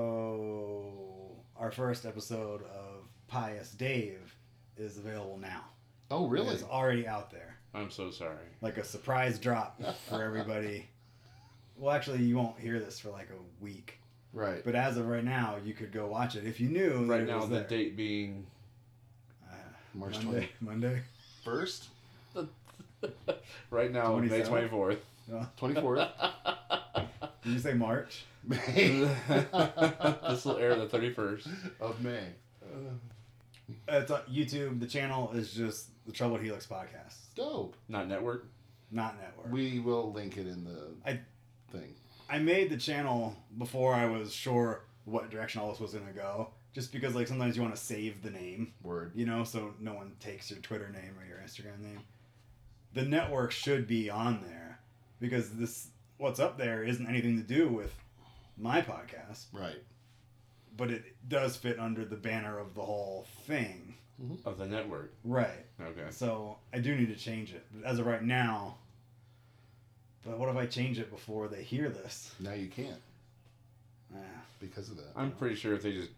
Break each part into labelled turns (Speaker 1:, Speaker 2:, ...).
Speaker 1: So our first episode of Pious Dave is available now.
Speaker 2: Oh, really?
Speaker 1: It's already out there.
Speaker 2: I'm so sorry.
Speaker 1: Like a surprise drop for everybody. well, actually, you won't hear this for like a week.
Speaker 2: Right.
Speaker 1: But as of right now, you could go watch it if you knew. that
Speaker 2: right
Speaker 1: it
Speaker 2: now,
Speaker 1: was
Speaker 2: the
Speaker 1: there.
Speaker 2: date being
Speaker 1: Uh,
Speaker 2: March
Speaker 1: Monday. Monday.
Speaker 2: 21st? right now, May
Speaker 1: 27th?
Speaker 2: 24th.
Speaker 1: No.
Speaker 2: 24th.
Speaker 1: Did you say March?
Speaker 3: May
Speaker 2: this will air the 31st.
Speaker 3: of May.
Speaker 1: It's on YouTube. The channel is just the Troubled Helix podcast,
Speaker 3: Dope.
Speaker 2: Not network.
Speaker 1: not network.
Speaker 3: We will link it in the
Speaker 1: I-
Speaker 3: thing.
Speaker 1: I made the channel before I was sure what direction all this was gonna go. Just because like sometimes you want to save the name,
Speaker 3: Word.
Speaker 1: you know, so no one takes your Twitter name or your Instagram name. The network should be on there because this what's up there isn't anything to do with my podcast,
Speaker 3: Right.
Speaker 1: but it does fit under the banner of the whole thing.
Speaker 2: Of Oh, the network.
Speaker 1: Right.
Speaker 2: Okay.
Speaker 1: So I do need to change it. But as of right now, but what if I change it before they hear this?
Speaker 3: Now you can't
Speaker 1: Ah.
Speaker 3: because of that.
Speaker 2: I'm pretty sure if they just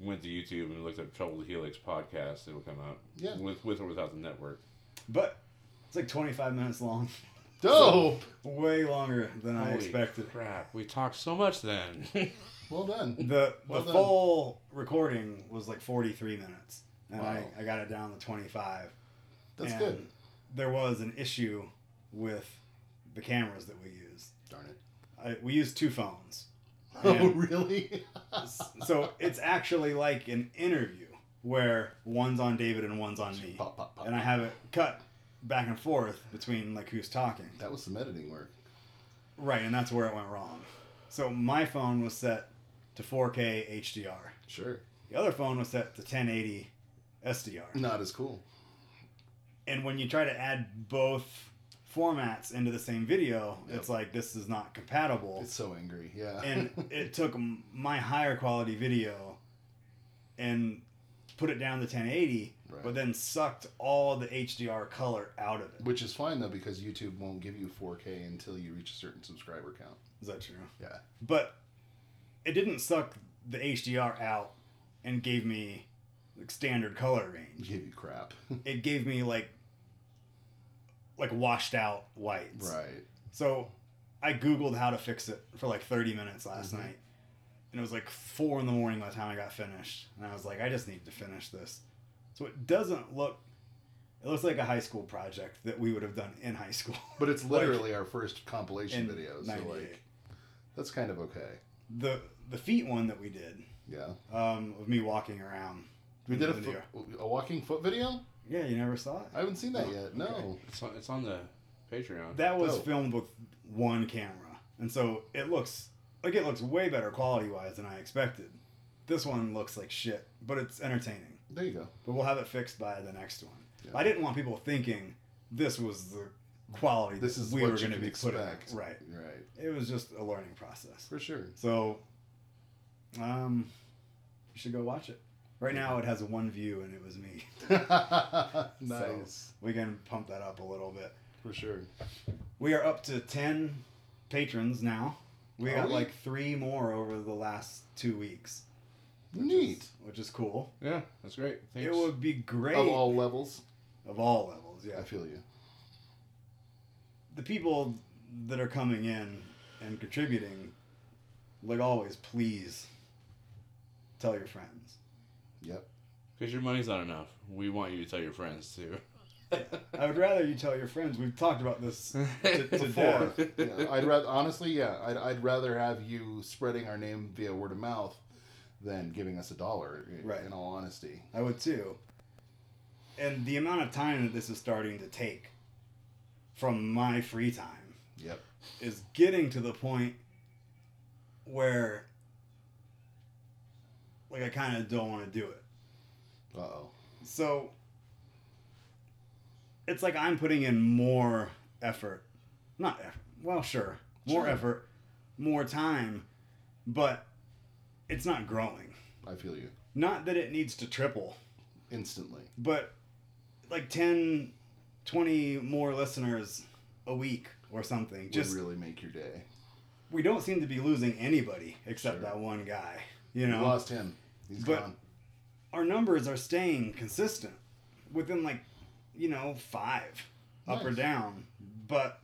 Speaker 2: went to YouTube and looked up Troubled Helix podcast, it'll come out.
Speaker 3: Yeah.
Speaker 2: With, with or without the network.
Speaker 1: But it's like 25 minutes long.
Speaker 3: Dope.
Speaker 1: Way longer than I
Speaker 2: Holy
Speaker 1: expected.
Speaker 2: Crap. We talked so much then.
Speaker 3: Well done.
Speaker 1: The
Speaker 3: Well
Speaker 1: the
Speaker 3: done.
Speaker 1: full recording was like 43 minutes. And I,
Speaker 3: Wow.
Speaker 1: I got it down to 25.
Speaker 3: That's
Speaker 1: and
Speaker 3: good.
Speaker 1: There was an issue with the cameras that we used.
Speaker 3: Darn it.
Speaker 1: I, we used two phones.
Speaker 3: Oh
Speaker 1: And-
Speaker 3: really?
Speaker 1: so it's actually like an interview where one's on David and one's on me,
Speaker 3: pop pop pop.
Speaker 1: and I have it cut back and forth between like who's talking.
Speaker 3: that was some editing work.
Speaker 1: Right, and that's where it went wrong. So my phone was set to 4K HDR.
Speaker 3: Sure.
Speaker 1: The other phone was set to 1080 SDR.
Speaker 3: Not as cool.
Speaker 1: And when you try to add both formats into the same video,
Speaker 3: Yep.
Speaker 1: it's like this is not compatible.
Speaker 3: It's so angry. Yeah.
Speaker 1: and it took m- my higher quality video and put it down to 1080
Speaker 3: Right.
Speaker 1: but then sucked all the hdr color out of it
Speaker 3: Which is fine though because YouTube won't give you 4K until you reach a certain subscriber count.
Speaker 1: is that true
Speaker 3: Yeah.
Speaker 1: but it didn't suck the hdr out and gave me like standard color range
Speaker 3: Give you crap.
Speaker 1: it gave me like like washed out whites
Speaker 3: right.
Speaker 1: So I Googled how to fix it for like 30 minutes last
Speaker 3: Mhm.
Speaker 1: night. And it was like four in the morning by the time I got finished. And I was like, I just need to finish this. So it doesn't look, it looks like a high school project that we would have done in high school.
Speaker 3: But it's
Speaker 1: Like,
Speaker 3: literally our first compilation
Speaker 1: in
Speaker 3: video, so
Speaker 1: 98.
Speaker 3: like that's kind of okay.
Speaker 1: the, the feet one that we did
Speaker 3: Yeah.
Speaker 1: um, of me walking around.
Speaker 3: We did a,
Speaker 1: video.
Speaker 3: foot, a walking foot video?
Speaker 1: Yeah, you never saw it?
Speaker 3: I haven't seen that
Speaker 1: Oh,
Speaker 3: yet. No.
Speaker 1: okay.
Speaker 2: it's, on, it's on the Patreon.
Speaker 1: That was
Speaker 3: Oh.
Speaker 1: filmed with one camera. And so it looks like it looks way better quality wise than I expected. This one looks like shit, but it's entertaining.
Speaker 3: There you go.
Speaker 1: but we'll have it fixed by the next one.
Speaker 3: Yeah.
Speaker 1: I didn't want people thinking this was the quality
Speaker 3: This
Speaker 1: that
Speaker 3: is
Speaker 1: we
Speaker 3: what
Speaker 1: were
Speaker 3: you
Speaker 1: going to
Speaker 3: can
Speaker 1: be
Speaker 3: expect.
Speaker 1: putting. Right.
Speaker 3: Right.
Speaker 1: It was just a learning process.
Speaker 3: For sure.
Speaker 1: So, um, you should go watch it. Right now, it has one view, and it was me.
Speaker 3: nice.
Speaker 1: We can pump that up a little bit.
Speaker 3: For sure.
Speaker 1: We are up to ten patrons now. We
Speaker 3: Are
Speaker 1: got
Speaker 3: we?
Speaker 1: like three more over the last two weeks,
Speaker 3: Neat.
Speaker 1: which is cool.
Speaker 2: yeah, that's great. Thanks.
Speaker 1: It would be great
Speaker 3: Of all levels.
Speaker 1: of all levels. Yeah.
Speaker 3: I feel you.
Speaker 1: the people that are coming in and contributing, like always, please tell your friends.
Speaker 3: Yep.
Speaker 2: Because your money's not enough. We want you to tell your friends too.
Speaker 1: I would rather you tell your friends. We've talked about this.
Speaker 2: Before.
Speaker 3: Yeah, I'd rather honestly, yeah, I'd, I'd rather have you spreading our name via word of mouth than giving us a dollar. i-
Speaker 1: Right.
Speaker 3: In all honesty.
Speaker 1: I would too. And the amount of time that this is starting to take from my free time
Speaker 3: Yep.
Speaker 1: is getting to the point where, like, I kind of don't want to do it.
Speaker 3: Uh oh.
Speaker 1: So it's like I'm putting in more effort. Not effort. Well, sure. More
Speaker 3: Sure.
Speaker 1: effort, more time, but it's not growing.
Speaker 3: I feel you
Speaker 1: Not that it needs to triple,
Speaker 3: instantly.
Speaker 1: but like 10, 20 more listeners a week or something.
Speaker 3: Just
Speaker 1: Just
Speaker 3: would really make your day.
Speaker 1: we don't seem to be losing anybody except
Speaker 3: Sure.
Speaker 1: that one guy. You
Speaker 3: We
Speaker 1: know,
Speaker 3: lost him. He's
Speaker 1: But-
Speaker 3: gone.
Speaker 1: our numbers are staying consistent within like, you know, five up or
Speaker 3: Nice.
Speaker 1: down, but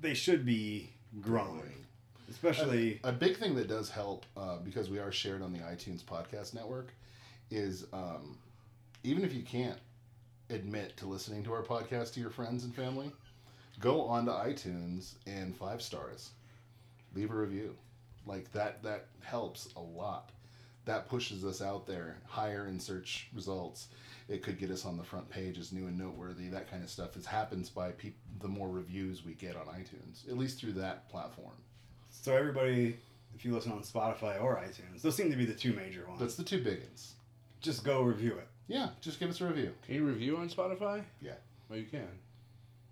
Speaker 1: they should be growing, especially
Speaker 3: A big thing that does help uh, because we are shared on the iTunes podcast network is um, even if you can't admit to listening to our podcast to your friends and family, go on to iTunes and five stars, leave a review. Like that, that helps a lot. That pushes us out there higher in search results. It could get us on the front page as new and noteworthy. That kind of stuff. It happens by peop the more reviews we get on iTunes, at least through that platform.
Speaker 1: so everybody. If you listen on Spotify or iTunes, those seem to be the two major ones.
Speaker 3: That's the two biggins.
Speaker 1: Just go review it
Speaker 3: Yeah, just give us a review.
Speaker 2: Can you review on Spotify?
Speaker 3: Yeah.
Speaker 2: Well, you can.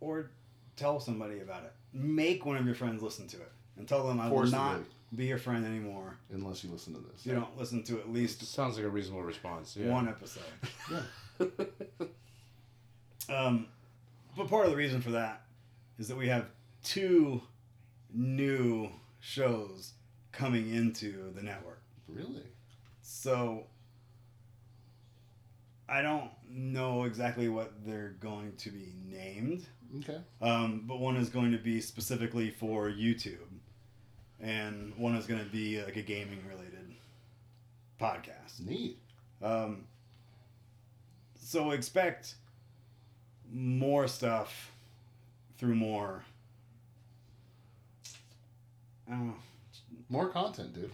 Speaker 1: or tell somebody about it. Make one of your friends listen to it and tell them I will
Speaker 3: Forcibly.
Speaker 1: not be your friend anymore
Speaker 3: Unless you listen to this.
Speaker 1: if you don't listen to at
Speaker 2: It
Speaker 1: least
Speaker 2: sounds like a reasonable response. Yeah.
Speaker 1: one episode.
Speaker 3: Yeah.
Speaker 1: Um, but part of the reason for that is that we have two new shows coming into the network.
Speaker 3: Really?
Speaker 1: So I don't know exactly what they're going to be named,
Speaker 3: Okay.
Speaker 1: um, but one is going to be specifically for YouTube, and one is going to be like a gaming related podcast.
Speaker 3: Neat.
Speaker 1: Um, so expect more stuff through more. I don't know,
Speaker 3: More content, dude.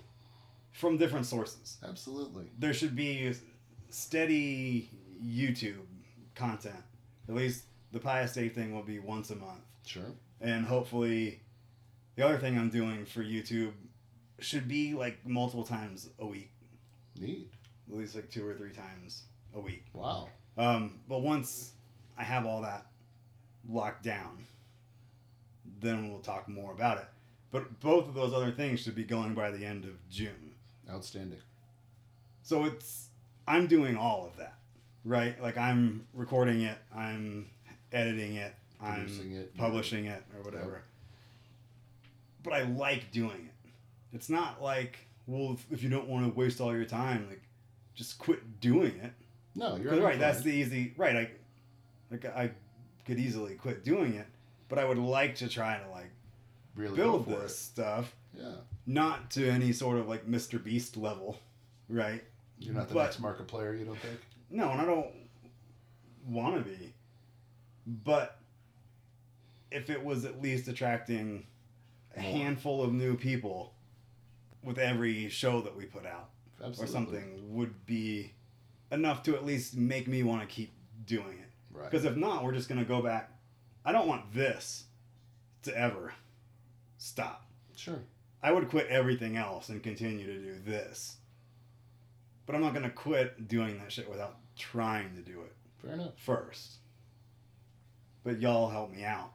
Speaker 1: from different sources.
Speaker 3: Absolutely.
Speaker 1: There should be steady YouTube content. At least the Pious Day thing will be once a month.
Speaker 3: Sure.
Speaker 1: And hopefully, the other thing I'm doing for YouTube should be like multiple times a week,
Speaker 3: Neat.
Speaker 1: at least like two or three times a week.
Speaker 3: Wow.
Speaker 1: Um, but once I have all that locked down, then we'll talk more about it. But both of those other things should be going by the end of June.
Speaker 3: Outstanding.
Speaker 1: So it's I'm doing all of that, right? Like I'm recording it, I'm editing it, I'm
Speaker 3: Producing it.
Speaker 1: publishing it or whatever. But I like doing it. It's not like well, if, if you don't want to waste all your time, like just quit doing it.
Speaker 3: No, you're
Speaker 1: Because right,
Speaker 3: on
Speaker 1: that's
Speaker 3: the
Speaker 1: the easy right. I, like I could easily quit doing it, but I would like to try to like
Speaker 3: really
Speaker 1: build
Speaker 3: go for
Speaker 1: this stuff,
Speaker 3: it. Yeah.
Speaker 1: not to any sort of like Mr. Beast level, right?
Speaker 3: You're not the
Speaker 1: But-
Speaker 3: next market player, you don't think?
Speaker 1: No, and I don't want to be, but if it was at least attracting a
Speaker 3: More.
Speaker 1: handful of new people with every show that we put out
Speaker 3: Absolutely.
Speaker 1: or something, would be enough to at least make me want to keep doing it.
Speaker 3: Right.
Speaker 1: Because if not, we're just going to go back. I don't want this to ever stop.
Speaker 3: Sure.
Speaker 1: I would quit everything else and continue to do this. But I'm not going to quit doing that shit without trying to do it
Speaker 3: Fair enough.
Speaker 1: first. But y'all help me out.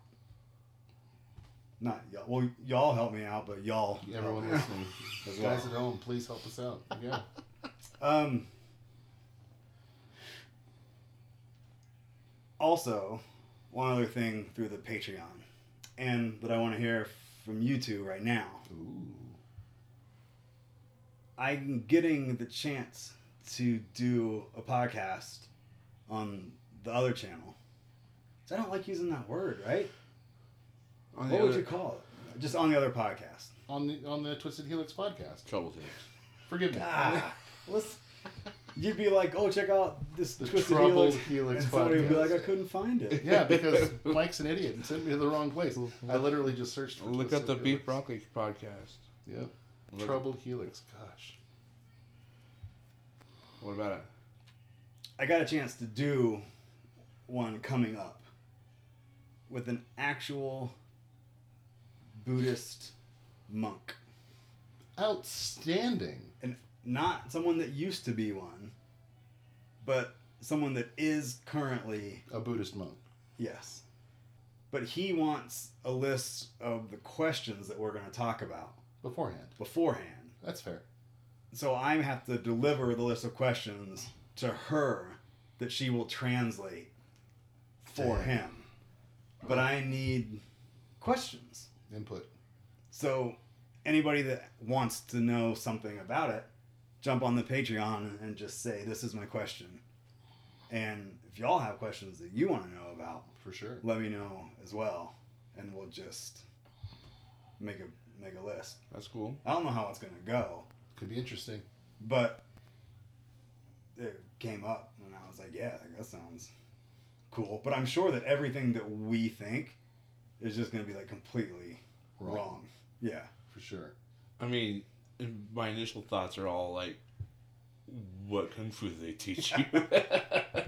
Speaker 1: Not y'all. Well, y'all help me out, but y'all.
Speaker 3: Everyone
Speaker 1: help me
Speaker 3: listening.
Speaker 1: out as
Speaker 3: Guys
Speaker 1: well.
Speaker 3: at home, please help us out. Yeah.
Speaker 1: Um, also, one other thing through the Patreon, and that I want to hear from you two right now.
Speaker 3: Ooh.
Speaker 1: I'm getting the chance to do a podcast on the other channel. So I don't like using that word, right?
Speaker 2: On
Speaker 1: What
Speaker 2: the
Speaker 1: would
Speaker 3: uh,
Speaker 2: other,
Speaker 1: you call it? Just on the other podcast.
Speaker 3: On the on the Twisted Helix podcast.
Speaker 2: trouble tapes.
Speaker 3: Forgive me.
Speaker 1: Ah, let's. You'd be like, oh, check out this
Speaker 3: The
Speaker 1: Twisted
Speaker 3: Troubled
Speaker 1: Helix.
Speaker 3: Helix
Speaker 1: and somebody would be
Speaker 3: podcast.
Speaker 1: like, I couldn't find it.
Speaker 3: yeah, because Mike's an idiot and sent me to the wrong place. I literally just searched. For
Speaker 2: Look up
Speaker 3: Twisted
Speaker 2: the Beef
Speaker 3: Helix.
Speaker 2: Broccoli podcast.
Speaker 3: Yeah.
Speaker 2: Look-
Speaker 3: Troubled Helix. Gosh.
Speaker 2: What about it?
Speaker 1: I got a chance to do one coming up with an actual Buddhist monk.
Speaker 3: Outstanding.
Speaker 1: Not someone that used to be one, but someone that is currently,
Speaker 3: A Buddhist monk.
Speaker 1: yes. But he wants a list of the questions that we're going to talk about
Speaker 3: Beforehand.
Speaker 1: beforehand.
Speaker 3: That's fair.
Speaker 1: So I have to deliver the list of questions to her that she will translate for
Speaker 3: Damn.
Speaker 1: him. But I need questions.
Speaker 3: Input.
Speaker 1: So anybody that wants to know something about it, jump on the Patreon and just say, This is my question. And if y'all have questions that you want to know about,
Speaker 3: for sure.
Speaker 1: let me know as well. And we'll just make a make a list.
Speaker 2: That's cool.
Speaker 1: I don't know how it's gonna go,
Speaker 3: Could be interesting.
Speaker 1: but it came up and I was like, Yeah, that sounds cool. But I'm sure that everything that we think is just gonna be like completely
Speaker 3: Wrong.
Speaker 1: wrong. Yeah.
Speaker 3: For sure.
Speaker 2: I mean, my initial thoughts are all like, what kung fu do they teach you?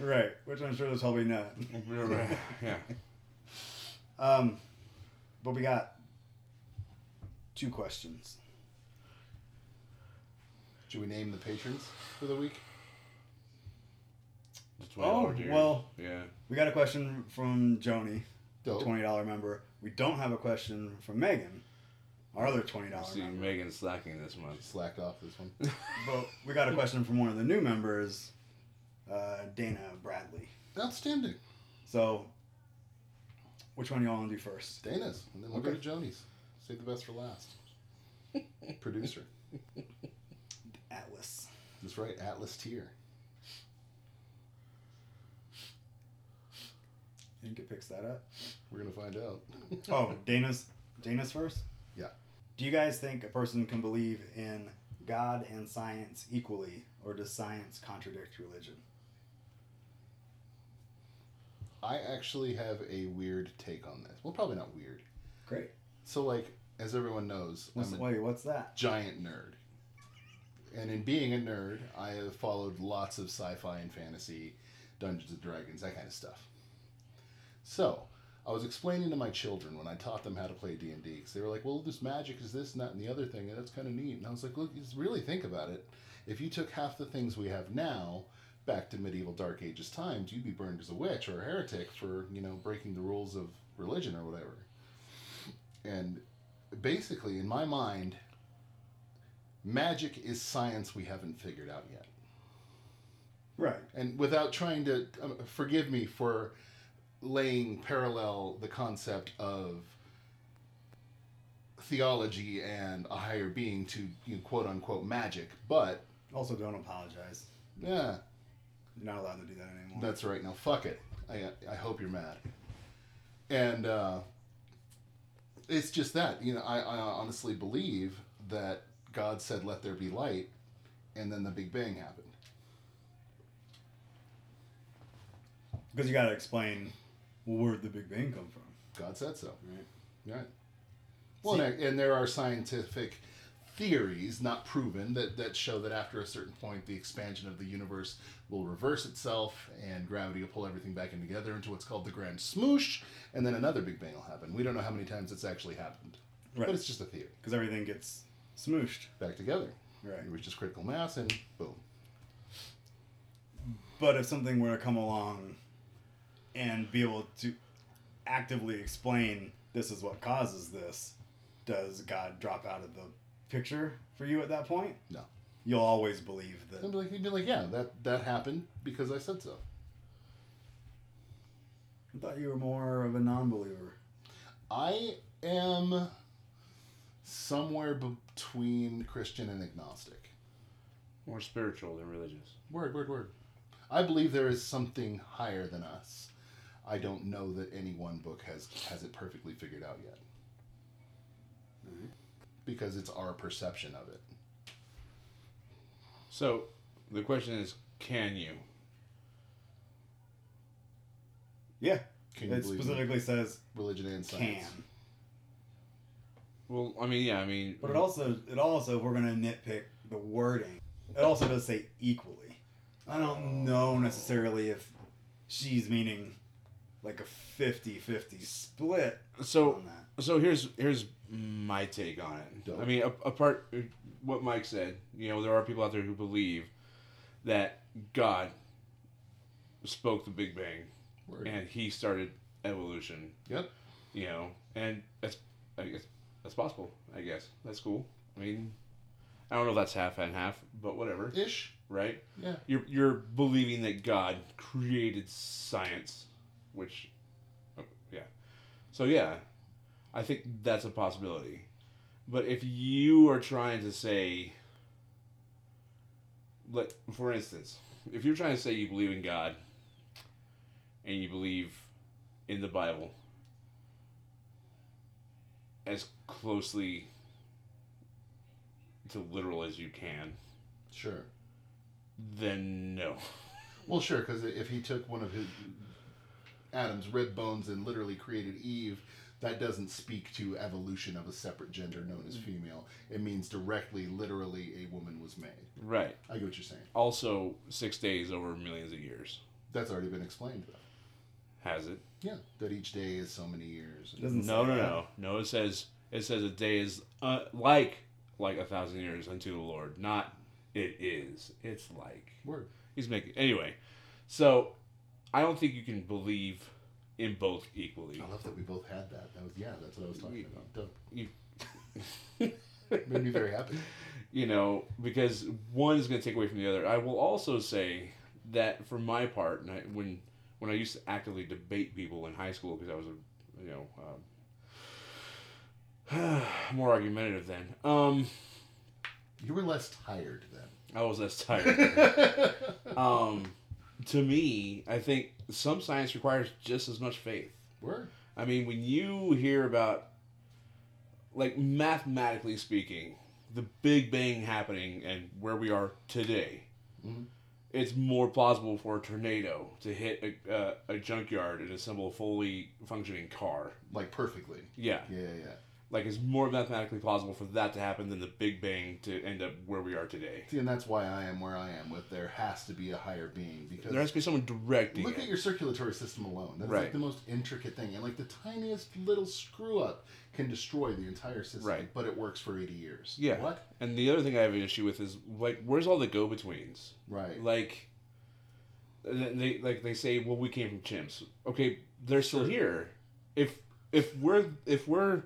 Speaker 1: Right, which I'm sure there's probably not.
Speaker 2: yeah.
Speaker 1: Um, but we got two questions.
Speaker 3: Should we name the patrons for the week?
Speaker 2: The $20
Speaker 1: Oh,
Speaker 2: dude.
Speaker 1: well.
Speaker 2: Yeah.
Speaker 1: We got a question from Joni,
Speaker 3: Dope.
Speaker 1: twenty dollar member. We don't have a question from Megan, our other twenty
Speaker 2: I
Speaker 1: dollar
Speaker 2: see
Speaker 1: member.
Speaker 2: Megan slacking this
Speaker 3: She
Speaker 2: month.
Speaker 3: slacked off this one.
Speaker 1: But we got a question from one of the new members, uh, Dana Bradley.
Speaker 3: Outstanding.
Speaker 1: So, which one y'all want to do first?
Speaker 3: Dana's. And then we'll go
Speaker 1: Okay.
Speaker 3: to Joni's. Save the best for last. Producer.
Speaker 1: Atlas.
Speaker 3: That's right. Atlas Tier.
Speaker 1: Think it picks that up.
Speaker 3: We're going to find out.
Speaker 1: Oh, Dana's Dana's first?
Speaker 3: Yeah.
Speaker 1: Do you guys think a person can believe in God and science equally, or does science contradict religion?
Speaker 3: I actually have a weird take on this. Well, probably not weird.
Speaker 1: Great.
Speaker 3: So, like, as everyone knows,
Speaker 1: What's,
Speaker 3: I'm a
Speaker 1: wait, what's that?
Speaker 3: giant nerd. And in being a nerd, I have followed lots of sci fi and fantasy, Dungeons and Dragons, that kind of stuff. So, I was explaining to my children when I taught them how to play D and D because they were like, "Well, this magic is this and that and the other thing, and that's kind of neat." And I was like, "Look, just really think about it. If you took half the things we have now back to medieval Dark Ages times, you'd be burned as a witch or a heretic for you know breaking the rules of religion or whatever." And basically, in my mind, magic is science we haven't figured out yet
Speaker 1: Right.
Speaker 3: and without trying to um, forgive me for laying parallel the concept of theology and a higher being to you know, quote unquote magic but
Speaker 1: Also, don't apologize.
Speaker 3: yeah
Speaker 1: You're not allowed to do that anymore.
Speaker 3: that's right now fuck it i, I hope you're mad and uh, it's just that you know I, I honestly believe that god said let there be light and then the big bang happened
Speaker 1: Because you got to explain well, where did the Big Bang come from?
Speaker 3: god said so
Speaker 1: Right.
Speaker 3: Right. Well, and, and there are scientific theories, not proven, that, that show that after a certain point, the expansion of the universe will reverse itself and gravity will pull everything back in together into what's called the grand smoosh, and then another Big Bang will happen. We don't know how many times it's actually happened,
Speaker 1: Right.
Speaker 3: but it's just a theory.
Speaker 1: Because everything gets smooshed.
Speaker 3: Back together.
Speaker 1: Right.
Speaker 3: It reaches critical mass, and boom.
Speaker 1: But if something were to come along and be able to actively explain this is what causes this, does God drop out of the picture for you at that point?
Speaker 3: No.
Speaker 1: You'll always believe
Speaker 3: And
Speaker 1: that.
Speaker 3: be like, you'd be like, yeah, that, that happened because I said so.
Speaker 1: I thought you were more of a non believer.
Speaker 3: I am somewhere between Christian and agnostic.
Speaker 2: More spiritual than religious.
Speaker 3: Word, word, word. I believe there is something higher than us. I don't know that any one book has has it perfectly figured out yet. Mm-hmm. Because it's our perception of it.
Speaker 2: So, the question is, can you?
Speaker 1: Yeah.
Speaker 3: Can you
Speaker 1: it
Speaker 3: believe in
Speaker 1: specifically says
Speaker 3: religion and
Speaker 1: can.
Speaker 3: science?
Speaker 2: Well, I mean, yeah, I mean,
Speaker 3: Hmm.
Speaker 1: But it also, it also, if we're gonna nitpick the wording, it also does say equally. I don't
Speaker 3: Oh.
Speaker 1: know necessarily if she's meaning like a 50-50 split
Speaker 2: so
Speaker 1: on that.
Speaker 2: so here's here's my take on it.
Speaker 3: Dope.
Speaker 2: I mean, a- apart what Mike said, you know, there are people out there who believe that God spoke the Big Bang
Speaker 3: Word.
Speaker 2: and he started evolution.
Speaker 3: Yep.
Speaker 2: You know, and that's I guess that's possible. I guess that's cool. I mean, I don't know if that's half and half, but whatever,
Speaker 3: Ish.
Speaker 2: right?
Speaker 3: Yeah.
Speaker 2: You're you're believing that God created science, which, oh, yeah. So yeah, I think that's a possibility. But if you are trying to say, like, for instance, if you're trying to say you believe in God and you believe in the Bible as closely to literal as you can,
Speaker 3: Sure.
Speaker 2: then no.
Speaker 3: Well, sure, because if he took one of his Adam's rib bones and literally created Eve, that doesn't speak to evolution of a separate gender known as female. It means directly, literally, a woman was made.
Speaker 2: Right.
Speaker 3: I get what you're saying.
Speaker 2: Also, six days over millions of years.
Speaker 3: That's already been explained, though.
Speaker 2: Has it?
Speaker 3: Yeah, that each day is so many years.
Speaker 1: It doesn't
Speaker 2: No,
Speaker 1: say
Speaker 2: no,
Speaker 1: that.
Speaker 2: no, no. It says it says a day is uh, like like a thousand years unto the Lord. Not it is. It's like
Speaker 3: Word.
Speaker 2: he's making anyway. So I don't think you can believe in both equally.
Speaker 3: I love that we both had that. That was yeah. That's what I was talking
Speaker 2: You-
Speaker 3: about. Dope.
Speaker 2: you-
Speaker 3: Made me very happy.
Speaker 2: you know, because one is going to take away from the other. I will also say that for my part, and I, when when I used to actively debate people in high school because I was a you know um, more argumentative then. Um,
Speaker 3: You were less tired
Speaker 2: I was less tired.
Speaker 3: then.
Speaker 2: um, to me, I think some science requires just as much faith.
Speaker 3: Word.
Speaker 2: I mean, when you hear about, like, mathematically speaking, the Big Bang happening and where we are today,
Speaker 3: Mhm.
Speaker 2: it's more plausible for a tornado to hit a, uh, a junkyard and assemble a fully functioning car.
Speaker 3: Like perfectly.
Speaker 2: Yeah.
Speaker 3: Yeah, yeah, yeah.
Speaker 2: Like, it's more mathematically plausible for that to happen than the Big Bang to end up where we are today.
Speaker 3: See, and that's why I am where I am. With there has to be a higher being because
Speaker 2: There has to be someone directing
Speaker 3: Look
Speaker 2: it.
Speaker 3: at your circulatory system alone. That's
Speaker 2: Right.
Speaker 3: like the most intricate thing. And like the tiniest little screw up can destroy the entire system.
Speaker 2: Right.
Speaker 3: But it works for 80 years.
Speaker 2: Yeah.
Speaker 3: What?
Speaker 2: And the other thing I have an issue with is like, where's all the go-betweens?
Speaker 3: Right.
Speaker 2: Like, th- they like they say, well, we came from chimps. Okay, they're still here. If if we're if we're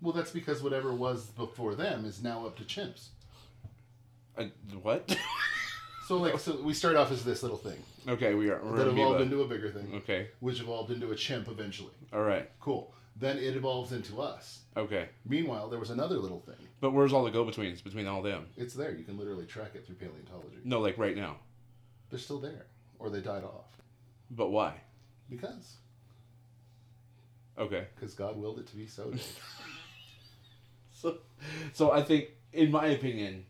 Speaker 3: Well, that's because whatever was before them is now up to chimps.
Speaker 2: uh, what?
Speaker 3: So like, so we start off as this little thing
Speaker 2: okay, we are. We're
Speaker 3: that evolved
Speaker 2: amoeba. Mm-hmm.
Speaker 3: into a bigger thing,
Speaker 2: okay,
Speaker 3: which evolved into a chimp eventually.
Speaker 2: all right,
Speaker 3: Cool. Then it evolves into us.
Speaker 2: okay.
Speaker 3: Meanwhile, there was another little thing.
Speaker 2: But where's all the go-betweens between all them?
Speaker 3: It's there. You can literally track it through paleontology.
Speaker 2: No, like right now.
Speaker 3: They're still there, or they died off
Speaker 2: But why?
Speaker 3: because
Speaker 2: Okay.
Speaker 3: because God willed it to be so. Dave.
Speaker 2: So, so I think, in my opinion,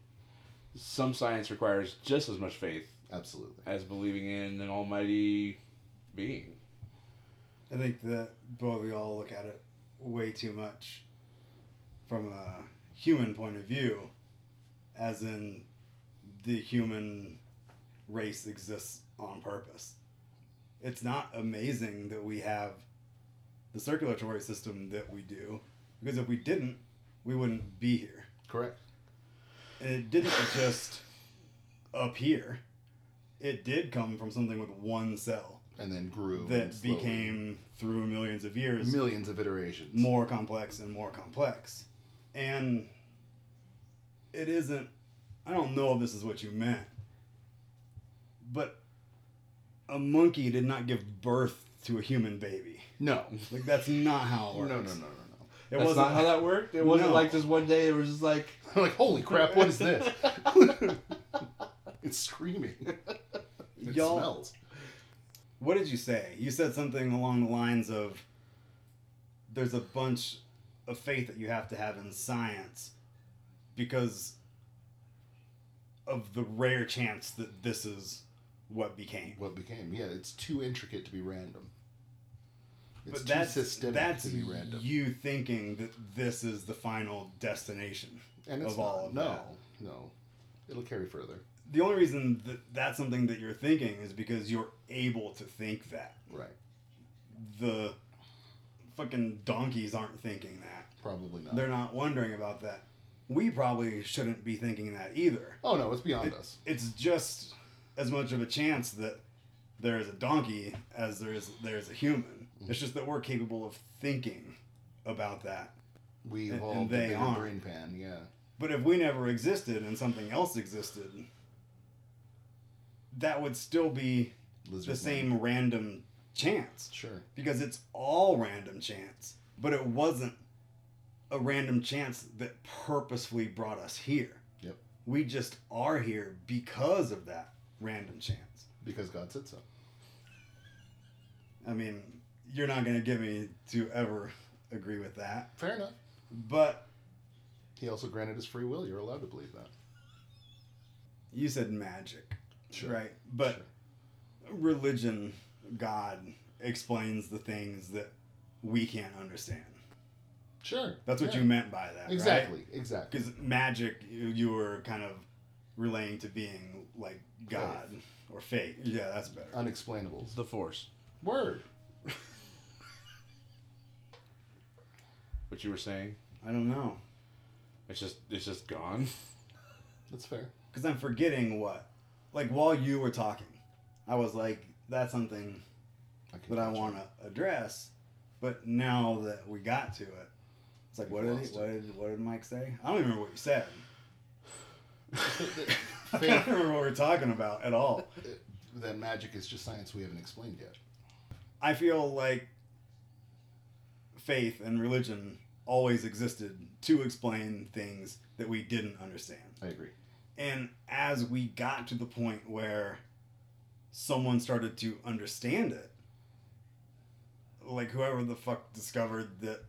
Speaker 2: some science requires just as much faith
Speaker 3: Absolutely.
Speaker 2: as believing in an almighty being.
Speaker 1: I think that both we all look at it way too much from a human point of view, as in the human race exists on purpose. It's not amazing that we have the circulatory system that we do, because if we didn't, we wouldn't be here.
Speaker 3: Correct.
Speaker 1: And it didn't just appear, it did come from something with one cell
Speaker 3: And then grew and
Speaker 1: that
Speaker 3: slowly-
Speaker 1: became through millions of years
Speaker 3: millions of iterations.
Speaker 1: more complex and more complex. And it isn't, I don't know if this is what you meant, but a monkey did not give birth to a human baby.
Speaker 3: No.
Speaker 1: Like, that's not how it
Speaker 3: No.
Speaker 1: works.
Speaker 3: No. No. No. No.
Speaker 1: It
Speaker 2: That's
Speaker 1: wasn't
Speaker 2: not how that worked. It wasn't
Speaker 1: No.
Speaker 2: like this one day. It was just like
Speaker 3: like, holy crap! What is this? it's screaming. It
Speaker 1: Y'all-
Speaker 3: smells.
Speaker 1: What did you say? You said something along the lines of there's a bunch of faith that you have to have in science because of the rare chance that this is what became.
Speaker 3: What became? Yeah, it's too intricate to be random. It's
Speaker 1: but
Speaker 3: too
Speaker 1: that's
Speaker 3: systemic
Speaker 1: that's
Speaker 3: to be random.
Speaker 1: you thinking that this is the final destination.
Speaker 3: and it's
Speaker 1: of all
Speaker 3: not.
Speaker 1: of
Speaker 3: no,
Speaker 1: that.
Speaker 3: no. It'll carry further.
Speaker 1: The only reason that that's something that you're thinking is because you're able to think that.
Speaker 3: Right.
Speaker 1: The fucking donkeys aren't thinking that.
Speaker 3: Probably not.
Speaker 1: They're not wondering about that. We probably shouldn't be thinking that either.
Speaker 3: oh no, it's beyond
Speaker 1: It-
Speaker 3: us.
Speaker 1: It's just as much of a chance that there is a donkey as there is there's a human. It's just that we're capable of thinking about that.
Speaker 3: We
Speaker 1: and-
Speaker 3: evolved
Speaker 1: and
Speaker 3: a
Speaker 1: they
Speaker 3: bigger
Speaker 1: aren't.
Speaker 3: brain pan. Yeah.
Speaker 1: But if we never existed and something else existed, that would still be
Speaker 3: Lizard
Speaker 1: the
Speaker 3: brain.
Speaker 1: same random chance
Speaker 3: Sure.
Speaker 1: because it's all random chance. But it wasn't a random chance that purposefully brought us here.
Speaker 3: Yep.
Speaker 1: We just are here because of that random chance.
Speaker 3: because God said so.
Speaker 1: I mean, you're not going to get me to ever agree with that,
Speaker 3: Fair enough.
Speaker 1: but
Speaker 3: He also granted us free will. You're allowed to believe that.
Speaker 1: you said magic,
Speaker 3: Sure.
Speaker 1: right? But
Speaker 3: Sure.
Speaker 1: religion, God explains the things that we can't understand.
Speaker 3: Sure.
Speaker 1: That's what
Speaker 3: Yeah.
Speaker 1: you meant by that,
Speaker 3: Exactly. Exactly.
Speaker 1: Because magic, you, you were kind of relating to being like God or fate. Yeah, that's better.
Speaker 3: Unexplainables.
Speaker 2: The Force.
Speaker 3: Word.
Speaker 2: What you were saying?
Speaker 1: I don't know.
Speaker 2: It's just it's just gone.
Speaker 3: That's fair.
Speaker 1: Because I'm forgetting what. Like, while you were talking, I was like, that's something
Speaker 3: can
Speaker 1: that I
Speaker 3: catch
Speaker 1: want to address. But now that we got to it, it's like, what did, he,
Speaker 3: Lost it.
Speaker 1: what, did, what did Mike say? I don't even remember what you said. I
Speaker 3: Faith-
Speaker 1: can't remember what we we're talking about at all.
Speaker 3: that magic is just science we haven't explained yet.
Speaker 1: I feel like faith and religion always existed to explain things that we didn't understand.
Speaker 3: I agree.
Speaker 1: And as we got to the point where someone started to understand it, like whoever the fuck discovered that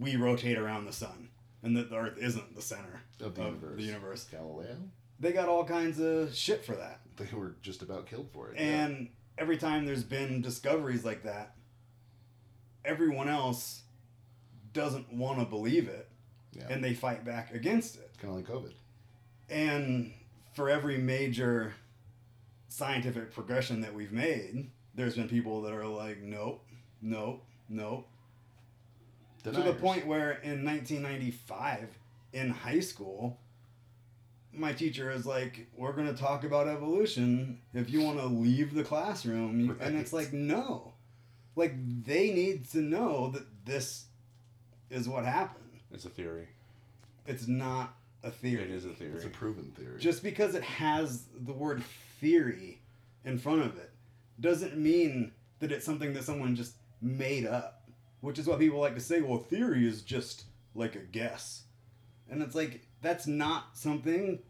Speaker 1: we rotate around the sun and that the earth isn't the center
Speaker 3: Of the universe.
Speaker 1: the universe,
Speaker 3: Galileo?
Speaker 1: they got all kinds of shit for that.
Speaker 3: They were just about killed for it. yeah.
Speaker 1: And every time there's been discoveries like that, everyone else doesn't want to believe it
Speaker 3: yeah.
Speaker 1: and they fight back against it.
Speaker 3: kind of like COVID.
Speaker 1: And for every major scientific progression that we've made, there's been people that are like, nope, nope, nope. To the
Speaker 3: Deniers.
Speaker 1: point where in 1995, in high school, my teacher is like, we're going to talk about evolution. If you want to leave the classroom, you- and it's
Speaker 3: Right.
Speaker 1: like, no. Like, they need to know that this is what happened.
Speaker 2: It's a theory.
Speaker 1: It's not a theory.
Speaker 2: It is a theory.
Speaker 3: It's a proven theory.
Speaker 1: Just because it has the word theory in front of it doesn't mean that it's something that someone just made up, which is what people like to say, well, theory is just like a guess. And it's like, that's not something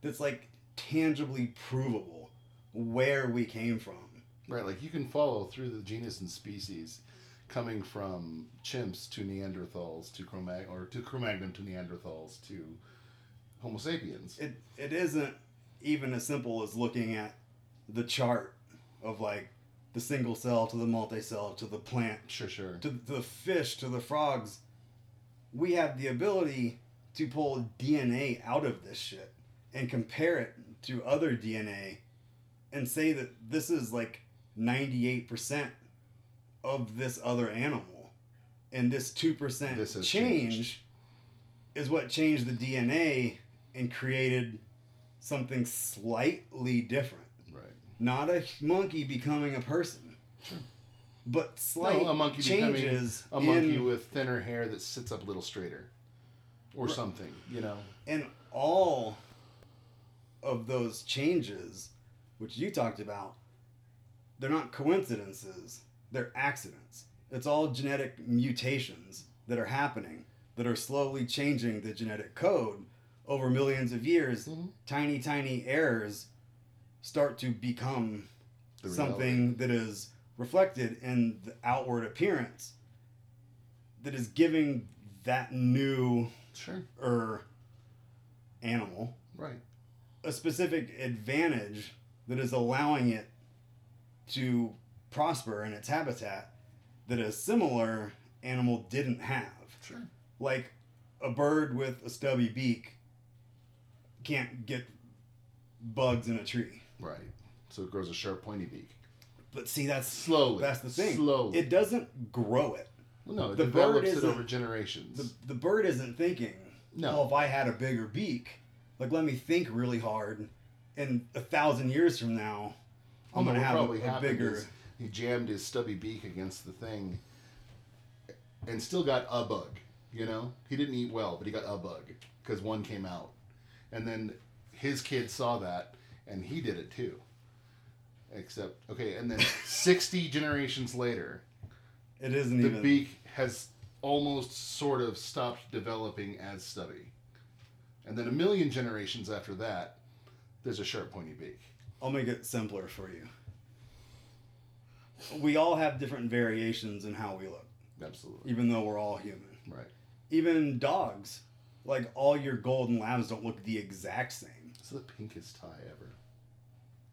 Speaker 1: that's like tangibly provable where we came from.
Speaker 3: right, like you can follow through the genus and species coming from chimps to Neanderthals to cro or to Cro-Magnon to Neanderthals to Homo sapiens.
Speaker 1: It, it isn't even as simple as looking at the chart of like the single cell to the multi cell to the plant
Speaker 3: sure, sure.
Speaker 1: to the fish, to the frogs, we have the ability to pull DNA out of this shit and compare it to other DNA and say that this is like 98% of this other animal. And this 2%
Speaker 3: This has
Speaker 1: change
Speaker 3: changed.
Speaker 1: is what changed the DNA and created something slightly different.
Speaker 3: right.
Speaker 1: Not a monkey becoming a person. But slight
Speaker 3: a monkey becoming
Speaker 1: changes
Speaker 3: A monkey
Speaker 1: in,
Speaker 3: with thinner hair that sits up a little straighter. Or
Speaker 1: Right.
Speaker 3: something, you know.
Speaker 1: in all of those changes, which you talked about, they're not coincidences, they're accidents. It's all genetic mutations that are happening that are slowly changing the genetic code over millions of years.
Speaker 3: Mhm.
Speaker 1: Tiny, tiny errors start to become
Speaker 3: The reality.
Speaker 1: something that is reflected in the outward appearance that is giving that new
Speaker 3: Sure.
Speaker 1: er animal
Speaker 3: Right.
Speaker 1: a specific advantage that is allowing it to prosper in its habitat that a similar animal didn't have
Speaker 3: Sure.
Speaker 1: like a bird with a stubby beak can't get bugs in a tree
Speaker 3: Right. So it grows a sharp, pointy beak.
Speaker 1: but see that's
Speaker 3: Slowly.
Speaker 1: that's the thing
Speaker 3: Slowly.
Speaker 1: it doesn't grow it
Speaker 3: well, no, it
Speaker 1: the bird
Speaker 3: develops it
Speaker 1: isn't-
Speaker 3: over generations.
Speaker 1: the, the bird isn't thinking
Speaker 3: No.
Speaker 1: oh if i had a bigger beak like let me think really hard and a thousand years from now i'm
Speaker 3: Well,
Speaker 1: gonna
Speaker 3: what
Speaker 1: have
Speaker 3: probably
Speaker 1: a, a
Speaker 3: happened
Speaker 1: bigger
Speaker 3: is He jammed his stubby beak against the thing, and still got a bug. You know, he didn't eat well, but he got a bug because one came out, and then his kid saw that, and he did it too. Except okay, and then sixty generations later,
Speaker 1: it isn't
Speaker 3: the
Speaker 1: even
Speaker 3: beak has almost sort of stopped developing as stubby. And then a million generations after that, there's a sharp pointy beak.
Speaker 1: I'll make it simpler for you. We all have different variations in how we look,
Speaker 3: Absolutely.
Speaker 1: even though we're all human.
Speaker 3: Right.
Speaker 1: Even dogs, like all your golden labs don't look the exact same.
Speaker 3: It's the pinkest tie ever.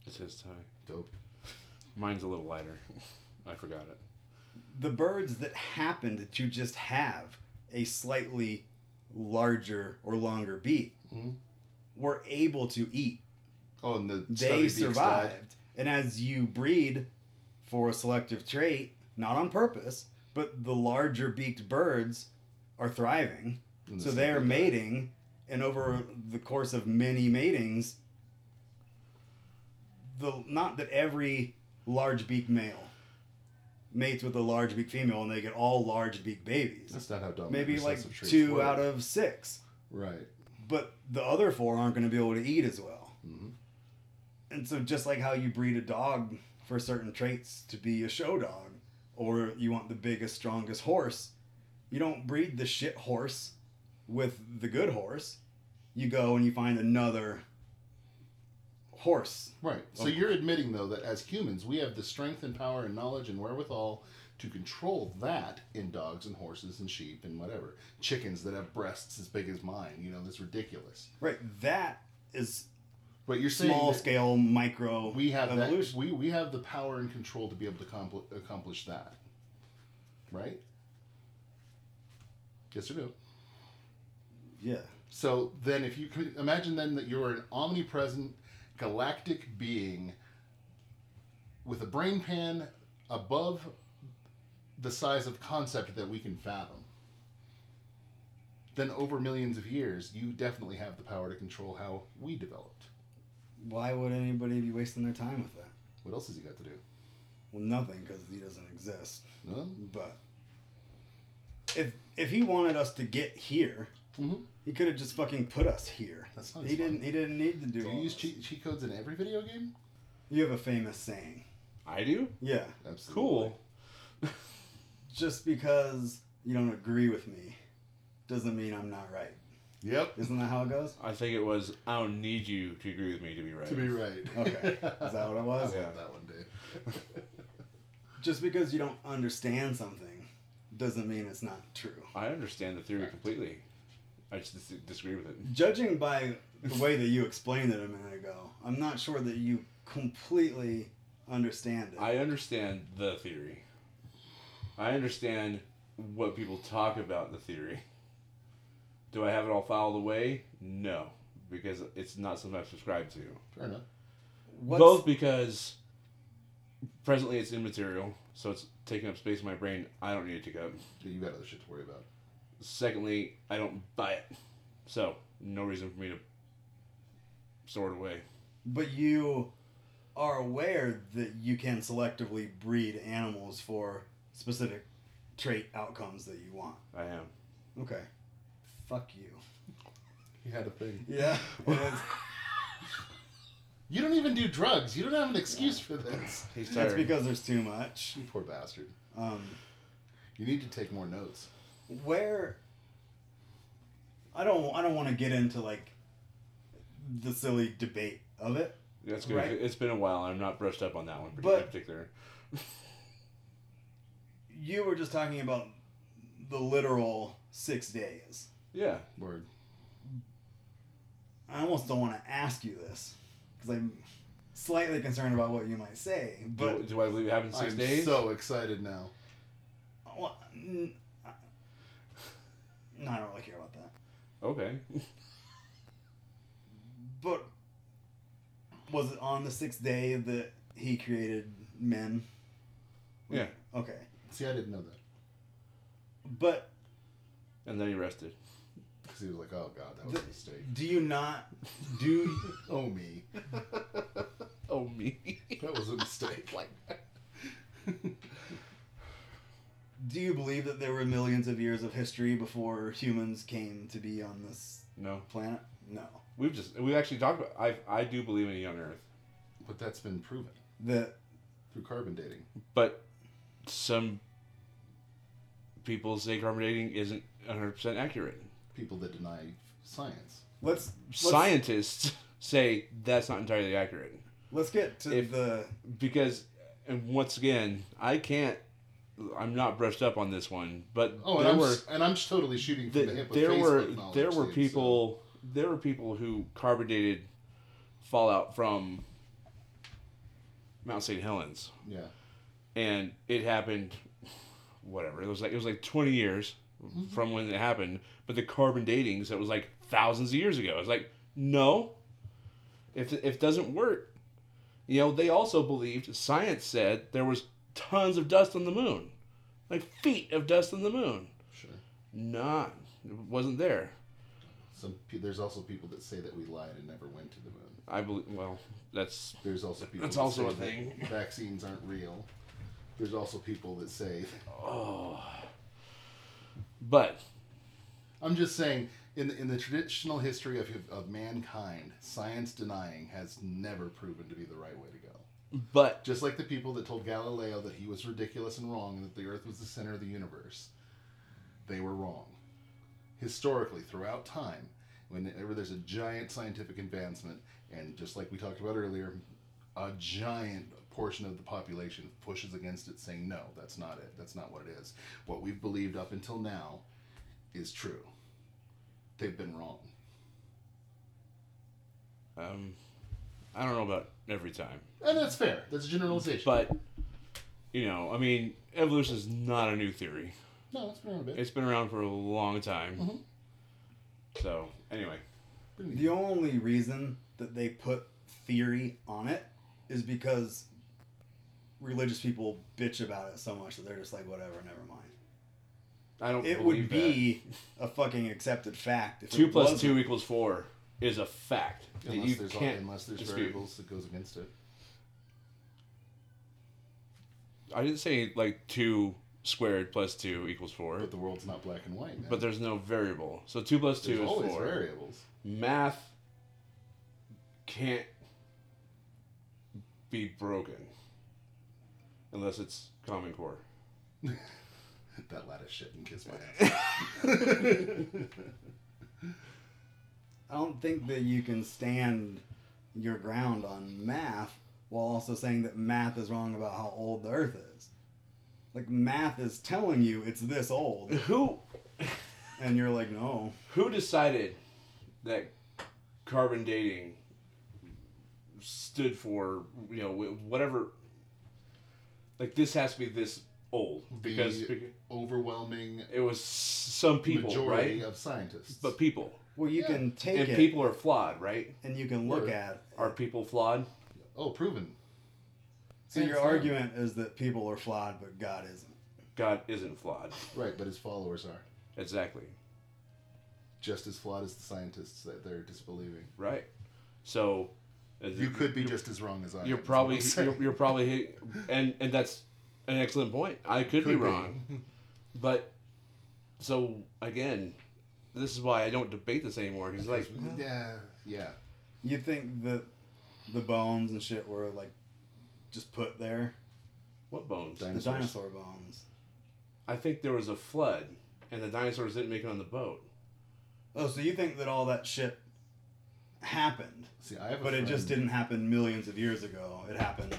Speaker 2: It's his tie.
Speaker 3: Dope.
Speaker 2: Mine's a little lighter. I forgot it.
Speaker 1: The birds that happen that you just have a slightly larger or longer beak
Speaker 3: Mhm.
Speaker 1: were able to eat.
Speaker 3: Oh, and the
Speaker 1: They
Speaker 3: stubby beaks died.
Speaker 1: survived. And as you breed for a selective trait, not on purpose, but the larger beaked birds are thriving.
Speaker 3: And the
Speaker 1: So they're
Speaker 3: stubby died.
Speaker 1: mating, and over the course of many matings, the not that every large beak male mates with a large beak female and they get all large beak babies.
Speaker 3: That's not how dominant
Speaker 1: Maybe like
Speaker 3: recessive traits
Speaker 1: two
Speaker 3: work.
Speaker 1: out of six,
Speaker 3: Right.
Speaker 1: but the other four aren't going to be able to eat as well.
Speaker 3: hmm
Speaker 1: And so, just like how you breed a dog for certain traits to be a show dog, or you want the biggest, strongest horse, you don't breed the shit horse with the good horse. You go and you find another horse.
Speaker 3: Right. So
Speaker 1: Okay.
Speaker 3: you're admitting though that as humans we have the strength and power and knowledge and wherewithal to control that in dogs and horses and sheep and whatever chickens that have breasts as big as mine. You know that's ridiculous.
Speaker 1: Right. That is
Speaker 3: But you're saying
Speaker 1: small
Speaker 3: that
Speaker 1: scale micro
Speaker 3: we have that,
Speaker 1: evolution.
Speaker 3: we we have the power and control to be able to compl- accomplish that. Right. Yes or no?
Speaker 1: Yeah.
Speaker 3: So then, if you could imagine then that you're an omnipresent galactic being with a brain pan above the size of concept that we can fathom, then over millions of years, you definitely have the power to control how we developed.
Speaker 1: Why would anybody be wasting their time with that?
Speaker 3: What else has he got to do?
Speaker 1: Well, nothing because he doesn't exist.
Speaker 3: None?
Speaker 1: But if if he wanted us to get here,
Speaker 3: Mhm.
Speaker 1: he could have just fucking put us here.
Speaker 3: That's not
Speaker 1: he
Speaker 3: his
Speaker 1: didn't. He didn't need to do.
Speaker 3: Do
Speaker 1: all
Speaker 3: you use
Speaker 1: this.
Speaker 3: cheat, cheat codes in every video game?
Speaker 1: You have a famous saying.
Speaker 2: I do?
Speaker 1: Yeah,
Speaker 3: Absolutely.
Speaker 2: Cool.
Speaker 1: just because you don't agree with me doesn't mean I'm not right.
Speaker 3: Yep.
Speaker 1: Isn't that how it goes?
Speaker 2: I think it was, I don't need you to agree with me to be right.
Speaker 3: To be right.
Speaker 1: Okay. Is that what it
Speaker 3: I
Speaker 1: was?
Speaker 3: love
Speaker 2: Yeah.
Speaker 3: that one, dude.
Speaker 1: Just because you don't understand something doesn't mean it's not true.
Speaker 2: I understand the theory
Speaker 3: Correct.
Speaker 2: completely. I just dis- disagree with it.
Speaker 1: Judging by the way that you explained it a minute ago, I'm not sure that you completely understand it.
Speaker 2: I understand the theory. I understand what people talk about in the theory. Do I have it all filed away? No, because it's not something I've subscribed to.
Speaker 3: Fair enough.
Speaker 1: What's-
Speaker 2: Both because presently it's immaterial, so it's taking up space in my brain. I don't need it to take up.
Speaker 3: Dude, you got other shit to worry about.
Speaker 2: Secondly, I don't buy it, so no reason for me to store it away.
Speaker 1: But you are aware that you can selectively breed animals for specific trait outcomes that you want.
Speaker 2: I am.
Speaker 1: Okay. Fuck you.
Speaker 3: You had a thing.
Speaker 1: Yeah. That's,
Speaker 3: You don't even do drugs. You don't have an excuse for this.
Speaker 2: He's tired.
Speaker 1: that's because there's too much.
Speaker 3: You poor bastard.
Speaker 1: Um,
Speaker 3: You need to take more notes.
Speaker 1: where I don't I don't want to get into like the silly debate of it.
Speaker 2: That's good.
Speaker 1: Right.
Speaker 2: It's been a while. I'm not brushed up on that one in
Speaker 1: But-
Speaker 2: particular.
Speaker 1: You were just talking about the literal 6 days.
Speaker 2: Yeah.
Speaker 3: Word.
Speaker 1: I almost don't want to ask you this because I'm slightly concerned about what you might say. But
Speaker 2: do, do I believe it happened in 6
Speaker 3: I'm
Speaker 2: days?
Speaker 3: so excited now.
Speaker 1: well, n- I, no, I don't really care about that.
Speaker 2: okay.
Speaker 1: But was it on the sixth day that he created men?
Speaker 2: Yeah.
Speaker 1: Okay,
Speaker 3: See, I didn't know that
Speaker 1: but
Speaker 2: And then he rested.
Speaker 3: because he was like, "Oh God, that was a
Speaker 1: The-
Speaker 3: mistake."
Speaker 1: do you not do?
Speaker 3: Oh me,
Speaker 2: Oh me.
Speaker 3: that was a mistake. like,
Speaker 1: Do you believe that there were millions of years of history before humans came to be on this
Speaker 2: No,
Speaker 1: planet? No.
Speaker 2: we've just we've actually talked about. I I do believe in a young Earth,
Speaker 3: but that's been proven
Speaker 1: That
Speaker 3: through carbon dating.
Speaker 2: but some people say carbon dating isn't 100% accurate.
Speaker 3: People that deny science.
Speaker 1: Let's, let's
Speaker 2: Scientists say that's not entirely accurate.
Speaker 1: Let's get to
Speaker 2: If-
Speaker 1: the
Speaker 2: Because, and once again, I can't, I'm not brushed up on this one, but
Speaker 3: Oh, and
Speaker 2: there
Speaker 3: I'm,
Speaker 2: were.
Speaker 3: s- and I'm s- totally shooting from
Speaker 2: Th-
Speaker 3: the hip with
Speaker 2: there
Speaker 3: Facebook
Speaker 2: were
Speaker 3: knowledge,
Speaker 2: there were
Speaker 3: dude, so-
Speaker 2: people there were people who carbon dated Fallout from Mount St. Helens,
Speaker 3: yeah,
Speaker 2: and it happened. Whatever it was like, it was like twenty years from when it happened, but the carbon dating so it was like thousands of years ago. It's like no, if if it doesn't work, you know they also believed science said there was tons of dust on the moon, like feet of dust on the moon.
Speaker 3: sure.
Speaker 2: Not it wasn't there.
Speaker 3: Some pe- there's also people that say that we lied and never went to the moon.
Speaker 2: I believe. Well, that's
Speaker 3: There's also people.
Speaker 2: That's
Speaker 3: that
Speaker 2: also
Speaker 3: say
Speaker 2: a
Speaker 3: that
Speaker 2: thing.
Speaker 3: Vaccines aren't real. There's also people that say.
Speaker 2: oh. But
Speaker 3: I'm just saying, in the, in the traditional history of of mankind, science denying has never proven to be the right way to go.
Speaker 2: but
Speaker 3: Just like the people that told Galileo that he was ridiculous and wrong and that the earth was the center of the universe, they were wrong. Historically, throughout time, whenever there's a giant scientific advancement, and just like we talked about earlier, a giant portion of the population pushes against it, saying, no, that's not it. That's not what it is. What we've believed up until now is true. They've been wrong.
Speaker 2: um, I don't know about every time.
Speaker 3: And that's fair. That's a generalization.
Speaker 2: But you know, I mean, evolution is not a new theory.
Speaker 3: no, it's been around a bit.
Speaker 2: It's been around for a long time.
Speaker 3: Mhm.
Speaker 2: So anyway,
Speaker 3: Pretty neat.
Speaker 1: the only reason that they put theory on it is because religious people bitch about it so much that they're just like whatever, never mind.
Speaker 2: I don't.
Speaker 1: It would
Speaker 2: believe
Speaker 1: be a fucking accepted fact. If
Speaker 2: that. two
Speaker 1: it
Speaker 2: plus
Speaker 1: wasn't.
Speaker 2: two equals four is a fact that
Speaker 3: Unless
Speaker 2: you
Speaker 3: there's, all-
Speaker 2: can't.
Speaker 3: unless there's
Speaker 2: dispute.
Speaker 3: variables that goes against it.
Speaker 2: I didn't say like two squared plus two equals four,
Speaker 3: But the world's not black and white, man.
Speaker 2: but there's no variable. So two plus two
Speaker 3: There's
Speaker 2: is
Speaker 3: always
Speaker 2: four.
Speaker 3: variables.
Speaker 2: math can't be broken unless it's common core
Speaker 3: That lattice shit and kiss my ass.
Speaker 1: I don't think that you can stand your ground on math while also saying that math is wrong about how old the Earth is. Like math is telling you it's this old,
Speaker 2: who
Speaker 1: and you're like, no.
Speaker 2: who decided that carbon dating stood for you know wh- whatever like this has to be this old because
Speaker 3: The overwhelming
Speaker 2: it was some people
Speaker 3: majority
Speaker 2: right
Speaker 3: of scientists.
Speaker 2: but people
Speaker 1: Well, you
Speaker 3: Yeah.
Speaker 1: can take
Speaker 2: and
Speaker 1: it
Speaker 2: people are flawed right
Speaker 1: and you can look
Speaker 3: Word.
Speaker 1: at. It.
Speaker 2: are people flawed
Speaker 3: oh, proven.
Speaker 1: So your
Speaker 3: Science, yeah.
Speaker 1: argument is that people are flawed, but God isn't.
Speaker 2: god isn't flawed
Speaker 3: Right, but his followers are
Speaker 2: exactly
Speaker 3: just as flawed as the scientists that they're disbelieving.
Speaker 2: Right. So uh,
Speaker 3: You could be just as wrong as I.
Speaker 2: You're
Speaker 3: am, is what
Speaker 2: probably
Speaker 3: I'm
Speaker 2: you're,
Speaker 3: saying.
Speaker 2: you're probably hit- and and that's an excellent point. I could, be
Speaker 3: Could be.
Speaker 2: wrong, but so again, this is why I don't debate this anymore. Because like
Speaker 3: yeah, yeah.
Speaker 1: You think that the bones and shit were like just put there,
Speaker 2: what bones?
Speaker 1: the
Speaker 3: Dinosaurs.
Speaker 1: dinosaur bones.
Speaker 2: I think there was a flood, and the dinosaurs didn't make it on the boat.
Speaker 1: Oh, so you think that all that shit happened?
Speaker 3: See, I have. A
Speaker 1: But it
Speaker 3: friend-
Speaker 1: just didn't happen millions of years ago. It happened.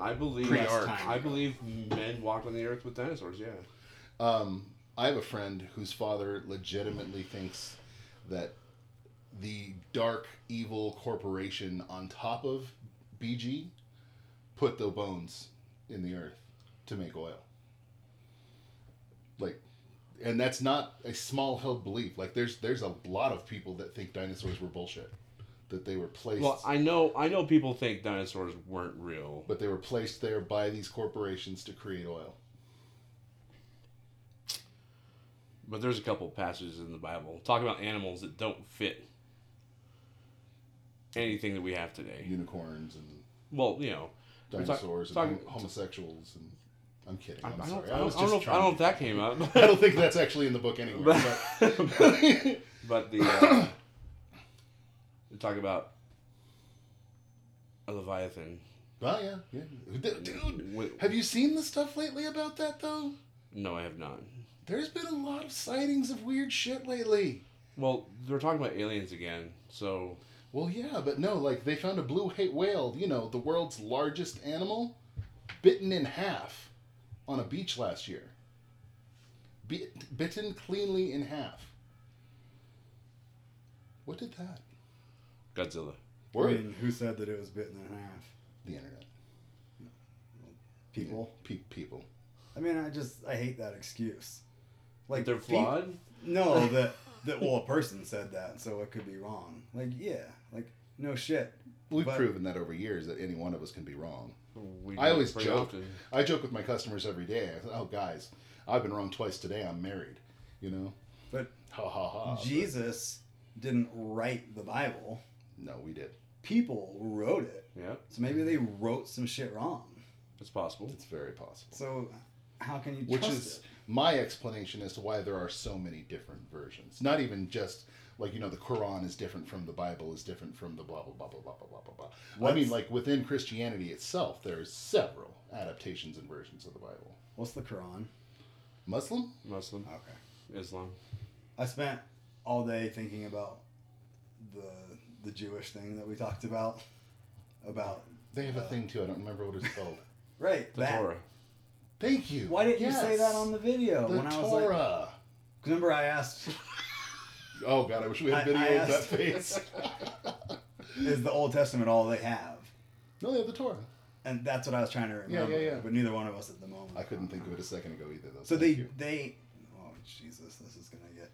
Speaker 2: I believe
Speaker 1: Pre-arc.
Speaker 2: I believe men walked on the earth with dinosaurs. Yeah.
Speaker 3: Um, I have a friend whose father legitimately thinks that the dark, evil corporation on top of BG put the bones in the earth to make oil. Like, and that's not a small held belief. Like, there's there's a lot of people that think dinosaurs were bullshit, that they were placed,
Speaker 2: Well, I know I know people think dinosaurs weren't real.
Speaker 3: but they were placed there by these corporations to create oil.
Speaker 2: But there's a couple passages in the Bible talking about animals that don't fit anything that we have today.
Speaker 3: Unicorns and
Speaker 2: Well, you know, We're talk-
Speaker 3: dinosaurs and
Speaker 2: talking-
Speaker 3: hom- homosexuals and I'm kidding.
Speaker 2: I,
Speaker 3: I'm
Speaker 2: I don't,
Speaker 3: sorry.
Speaker 2: I,
Speaker 3: I was
Speaker 2: don't, I,
Speaker 3: just
Speaker 2: don't know if, I
Speaker 3: trying.
Speaker 2: don't know if that came up.
Speaker 3: I don't think that's actually in the book anywhere. But
Speaker 2: but the uh, they talk about a leviathan.
Speaker 3: well, yeah, yeah, D- dude.
Speaker 2: With-
Speaker 3: Have you seen the stuff lately about that though?
Speaker 2: no, I have not.
Speaker 3: There's been a lot of sightings of weird shit lately.
Speaker 2: Well, they're talking about aliens again, so
Speaker 3: Well, yeah, but no, like they found a blue ha- whale, you know, the world's largest animal, bitten in half on a beach last year. Bit, bitten cleanly in half. What did that?
Speaker 2: Godzilla.
Speaker 1: I
Speaker 3: Word.
Speaker 1: mean, who said that it was bitten in half?
Speaker 3: The internet.
Speaker 1: People.
Speaker 3: Pe- people.
Speaker 1: I mean, I just I hate that excuse. Like
Speaker 2: They're
Speaker 1: peop-
Speaker 2: flawed.
Speaker 1: no, that that well, a person said that, so it could be wrong. Like yeah, like no shit.
Speaker 3: We've
Speaker 1: But-
Speaker 3: proven that over years that any one of us can be wrong.
Speaker 2: We
Speaker 3: I
Speaker 2: do
Speaker 3: always
Speaker 2: pretty
Speaker 3: joke.
Speaker 2: often.
Speaker 3: I joke with my customers every day. I say, oh, guys, I've been wrong twice today. I'm married. You know?
Speaker 1: But
Speaker 3: Ha ha ha. Oh, but
Speaker 1: Jesus didn't write the Bible.
Speaker 3: No, we did.
Speaker 1: People wrote it.
Speaker 2: Yeah,
Speaker 1: So maybe they wrote some shit wrong.
Speaker 2: it's possible.
Speaker 3: It's very possible.
Speaker 1: So how can you
Speaker 3: Which
Speaker 1: trust
Speaker 3: is
Speaker 1: it?
Speaker 3: my explanation as to why there are so many different versions. Not even just like you know the Quran is different from the Bible is different from the blah blah blah blah blah blah blah blah. blah. I mean,
Speaker 1: What's-
Speaker 3: like within Christianity itself, there's several adaptations and versions of the Bible.
Speaker 1: What's the Quran?
Speaker 3: Muslim?
Speaker 2: Muslim,
Speaker 1: Okay.
Speaker 2: Islam.
Speaker 1: I spent all day thinking about the the Jewish thing that we talked about. About
Speaker 3: They have a thing too. I don't remember what it's called.
Speaker 1: right
Speaker 2: The
Speaker 1: that.
Speaker 2: Torah.
Speaker 3: Thank you.
Speaker 1: Why didn't you say that on the video
Speaker 3: the
Speaker 1: when I was like?
Speaker 3: Torah?
Speaker 1: 'cause Remember, I asked,
Speaker 3: Oh god, I wish we had
Speaker 1: I-
Speaker 3: video
Speaker 1: I
Speaker 3: of that
Speaker 1: asked-
Speaker 3: face.
Speaker 1: "Is the Old Testament all they have?"
Speaker 3: no, they have the Torah.
Speaker 1: And that's what I was trying to
Speaker 3: Yeah, yeah,
Speaker 1: remember.
Speaker 3: yeah.
Speaker 1: But neither one of us at the moment.
Speaker 3: I couldn't think of it a second ago either. Though.
Speaker 1: So
Speaker 3: Thank
Speaker 1: they
Speaker 3: you.
Speaker 1: they oh Jesus, this is gonna get.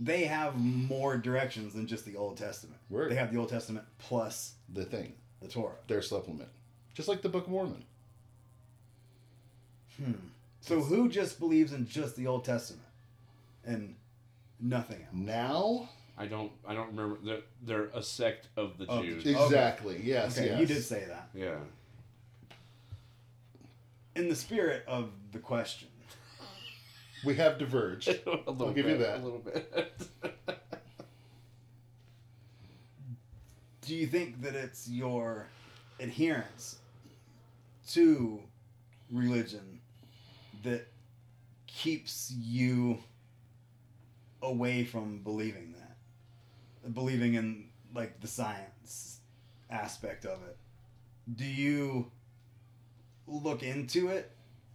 Speaker 1: They have more directions than just the Old Testament.
Speaker 3: Word.
Speaker 1: They have the Old Testament plus
Speaker 3: the thing
Speaker 1: the Torah.
Speaker 3: their supplement, just like the Book of Mormon. Hmm.
Speaker 1: So who just believes in just the Old Testament and nothing
Speaker 3: Mm,
Speaker 1: else?
Speaker 3: Now
Speaker 2: I don't. I don't remember. They're, they're a sect of the
Speaker 1: Oh,
Speaker 2: Jews.
Speaker 1: Jews.
Speaker 3: Exactly. Yes.
Speaker 1: Okay,
Speaker 3: yes.
Speaker 1: you did say that.
Speaker 2: Yeah.
Speaker 1: In the spirit of the question,
Speaker 3: We have diverged.
Speaker 2: a little
Speaker 3: give you
Speaker 2: bit,
Speaker 3: that.
Speaker 2: A little bit.
Speaker 1: do you think that it's your adherence to religion that keeps you away from believing that? Believing in like the science aspect of it. Do you look into it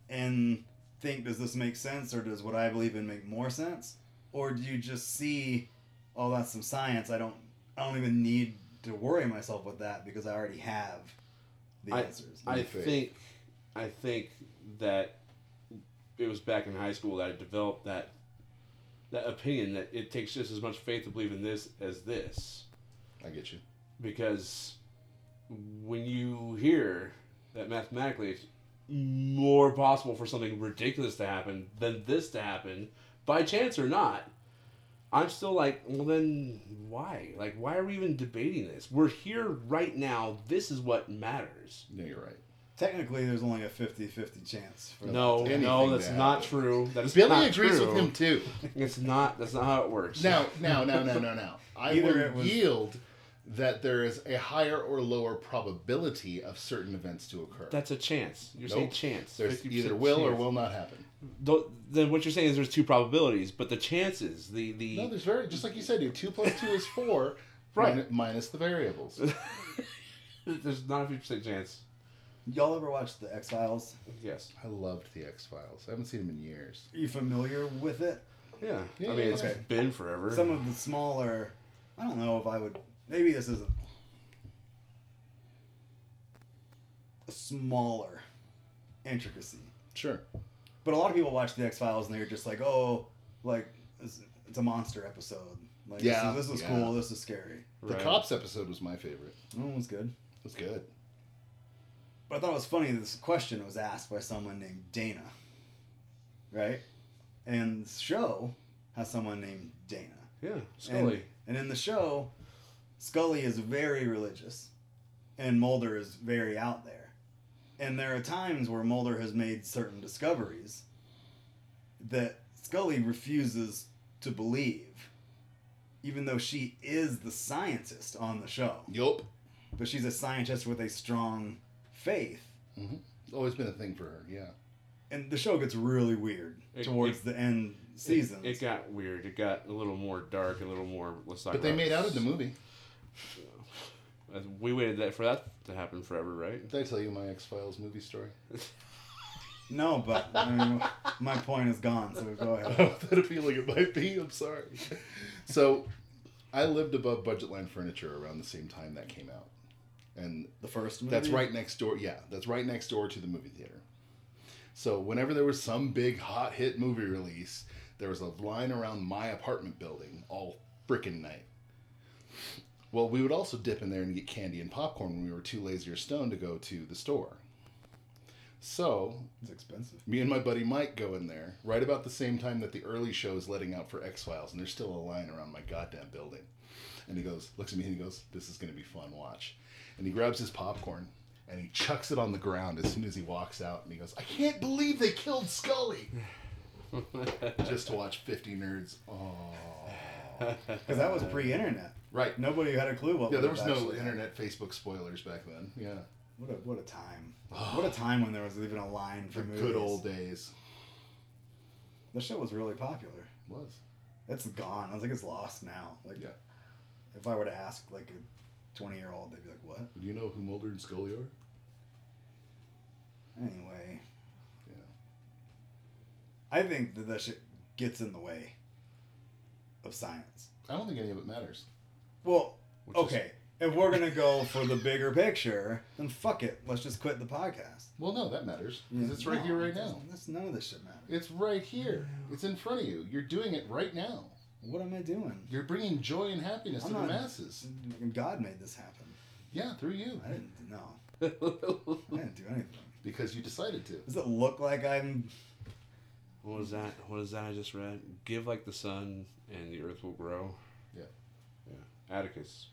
Speaker 1: and think does this make sense or does what I believe in make more sense? Or do you just see oh that's some science I don't I don't even need to worry myself with that because I already have the
Speaker 2: I-
Speaker 1: answers.
Speaker 2: I
Speaker 3: Your faith.
Speaker 2: think, I think that it was back in high school that I developed that that opinion that it takes just as much faith to believe in this as this.
Speaker 3: I get you.
Speaker 2: because when you hear that mathematically it's more possible for something ridiculous to happen than this to happen by chance or not i'm still like well then why like why are we even debating this we're here right now this is what matters
Speaker 3: No, you're right.
Speaker 1: Technically, there's only a 50-50 chance. For
Speaker 2: no
Speaker 3: Anything
Speaker 2: no that's
Speaker 3: that
Speaker 2: not
Speaker 3: happens.
Speaker 2: true that is
Speaker 3: Billy
Speaker 2: not
Speaker 3: agrees
Speaker 2: true.
Speaker 3: with him too.
Speaker 2: it's not that's not how it works
Speaker 3: Now, now, now, now, now, now. I
Speaker 1: Either
Speaker 3: will
Speaker 1: it was-
Speaker 3: yield that there is a higher or lower probability of certain events to occur.
Speaker 2: that's a chance you're saying
Speaker 3: Nope.
Speaker 2: chance
Speaker 3: There's
Speaker 2: 50%
Speaker 3: either will or
Speaker 2: chance.
Speaker 3: will not happen.
Speaker 2: Th- then what you're saying is there's two probabilities but the chances the the
Speaker 3: No, there's very just like you said. Dude, two plus two is four.
Speaker 2: Right.
Speaker 3: min- minus the variables.
Speaker 2: There's not a fifty percent chance.
Speaker 1: Y'all ever watched The X Files?
Speaker 2: Yes.
Speaker 3: I loved the X Files. I haven't seen them in years.
Speaker 1: Are you familiar with it?
Speaker 2: Yeah.
Speaker 3: Yeah,
Speaker 2: I mean, it's
Speaker 1: okay.
Speaker 2: been forever.
Speaker 1: Some of the smaller, I don't know if I would. Maybe this isn't a smaller intricacy,
Speaker 3: Sure.
Speaker 1: but a lot of people watch The X Files and they're just like, "Oh, like it's, it's a monster episode. Like
Speaker 3: Yeah,
Speaker 1: this, is- this is
Speaker 3: yeah.
Speaker 1: cool. This is scary.
Speaker 3: The
Speaker 2: Right.
Speaker 3: cops episode was my favorite.
Speaker 1: That one was good."
Speaker 3: It was good.
Speaker 1: But I thought it was funny that this question was asked by someone named Dana. Right? And the show has someone named Dana.
Speaker 2: Yeah.
Speaker 1: And-
Speaker 2: Scully.
Speaker 1: And, in the show, Scully is very religious, and Mulder is very out there. And there are times where Mulder has made certain discoveries that Scully refuses to believe, even though she is the scientist on the show.
Speaker 3: Yup.
Speaker 1: But she's a scientist with a strong faith.
Speaker 3: Always been a thing for her. Yeah.
Speaker 1: and the show gets really weird
Speaker 2: It-
Speaker 1: towards
Speaker 2: it-
Speaker 1: the end season.
Speaker 2: It, it got weird. It got a little more dark. A little more. Let's talk.
Speaker 3: But they
Speaker 2: about
Speaker 3: made out in the movie.
Speaker 2: Uh, We waited that for that to happen forever, right?
Speaker 3: Did I tell you my X Files movie story?
Speaker 1: no, but I mean, my point is gone. So go ahead.
Speaker 3: that appealing it might be. I'm sorry. So, I lived above budget line furniture around the same time that came out, and
Speaker 1: The first movie.
Speaker 3: That's right next door. Yeah, that's right next door to the movie theater. So whenever there was some big hot hit movie release, there was a line around my apartment building all frickin' night. Well, we would also dip in there and get candy and popcorn when we were too lazy or stoned to go to the store. So
Speaker 1: It's expensive.
Speaker 3: me and my buddy Mike go in there right about the same time that the early show is letting out for X Files, and there's still a line around my goddamn building. And he goes, looks at me, and he goes, "This is gonna be fun. Watch." And he grabs his popcorn and he chucks it on the ground as soon as he walks out, and he goes, "I can't believe they killed Scully." Just to watch 50 nerds. Oh,
Speaker 1: Because that was pre-internet.
Speaker 3: right.
Speaker 1: Nobody had a clue what.
Speaker 3: Yeah, there
Speaker 1: was
Speaker 3: was no
Speaker 1: actually-
Speaker 3: internet Facebook spoilers back then. Yeah,
Speaker 1: What a what a time. What a time when there was even a line for
Speaker 3: the
Speaker 1: movies.
Speaker 3: good old days.
Speaker 1: The show was really popular.
Speaker 3: Was
Speaker 1: It's gone. I think it's lost now. Like,
Speaker 3: Yeah.
Speaker 1: if I were to ask like a twenty-year-old, they'd be like, "What?"
Speaker 3: do you know who Mulder and Scully are?
Speaker 1: Anyway,
Speaker 3: Yeah.
Speaker 1: I think that that shit gets in the way of science.
Speaker 3: I don't think any of it matters.
Speaker 1: Well,
Speaker 2: Which is-
Speaker 1: okay. If we're gonna go for the bigger picture, then fuck it. Let's just quit the podcast.
Speaker 3: Well, no, that matters because it's right here,
Speaker 1: No,
Speaker 3: right
Speaker 1: it
Speaker 3: now.
Speaker 1: doesn't. That's none of this shit matters.
Speaker 3: It's right here. It's in front of you. You're doing it right now.
Speaker 1: What am I doing?
Speaker 3: You're bringing joy and happiness
Speaker 1: I'm
Speaker 3: to
Speaker 1: not-
Speaker 3: the masses.
Speaker 1: God made this happen.
Speaker 3: Yeah, through you
Speaker 1: I didn't. No, I didn't do anything.
Speaker 3: because you decided to.
Speaker 1: Does it look like I'm
Speaker 2: what was that? What is that I just read? Give like the sun, and the earth will grow.
Speaker 3: Yeah.
Speaker 2: Yeah. Atticus,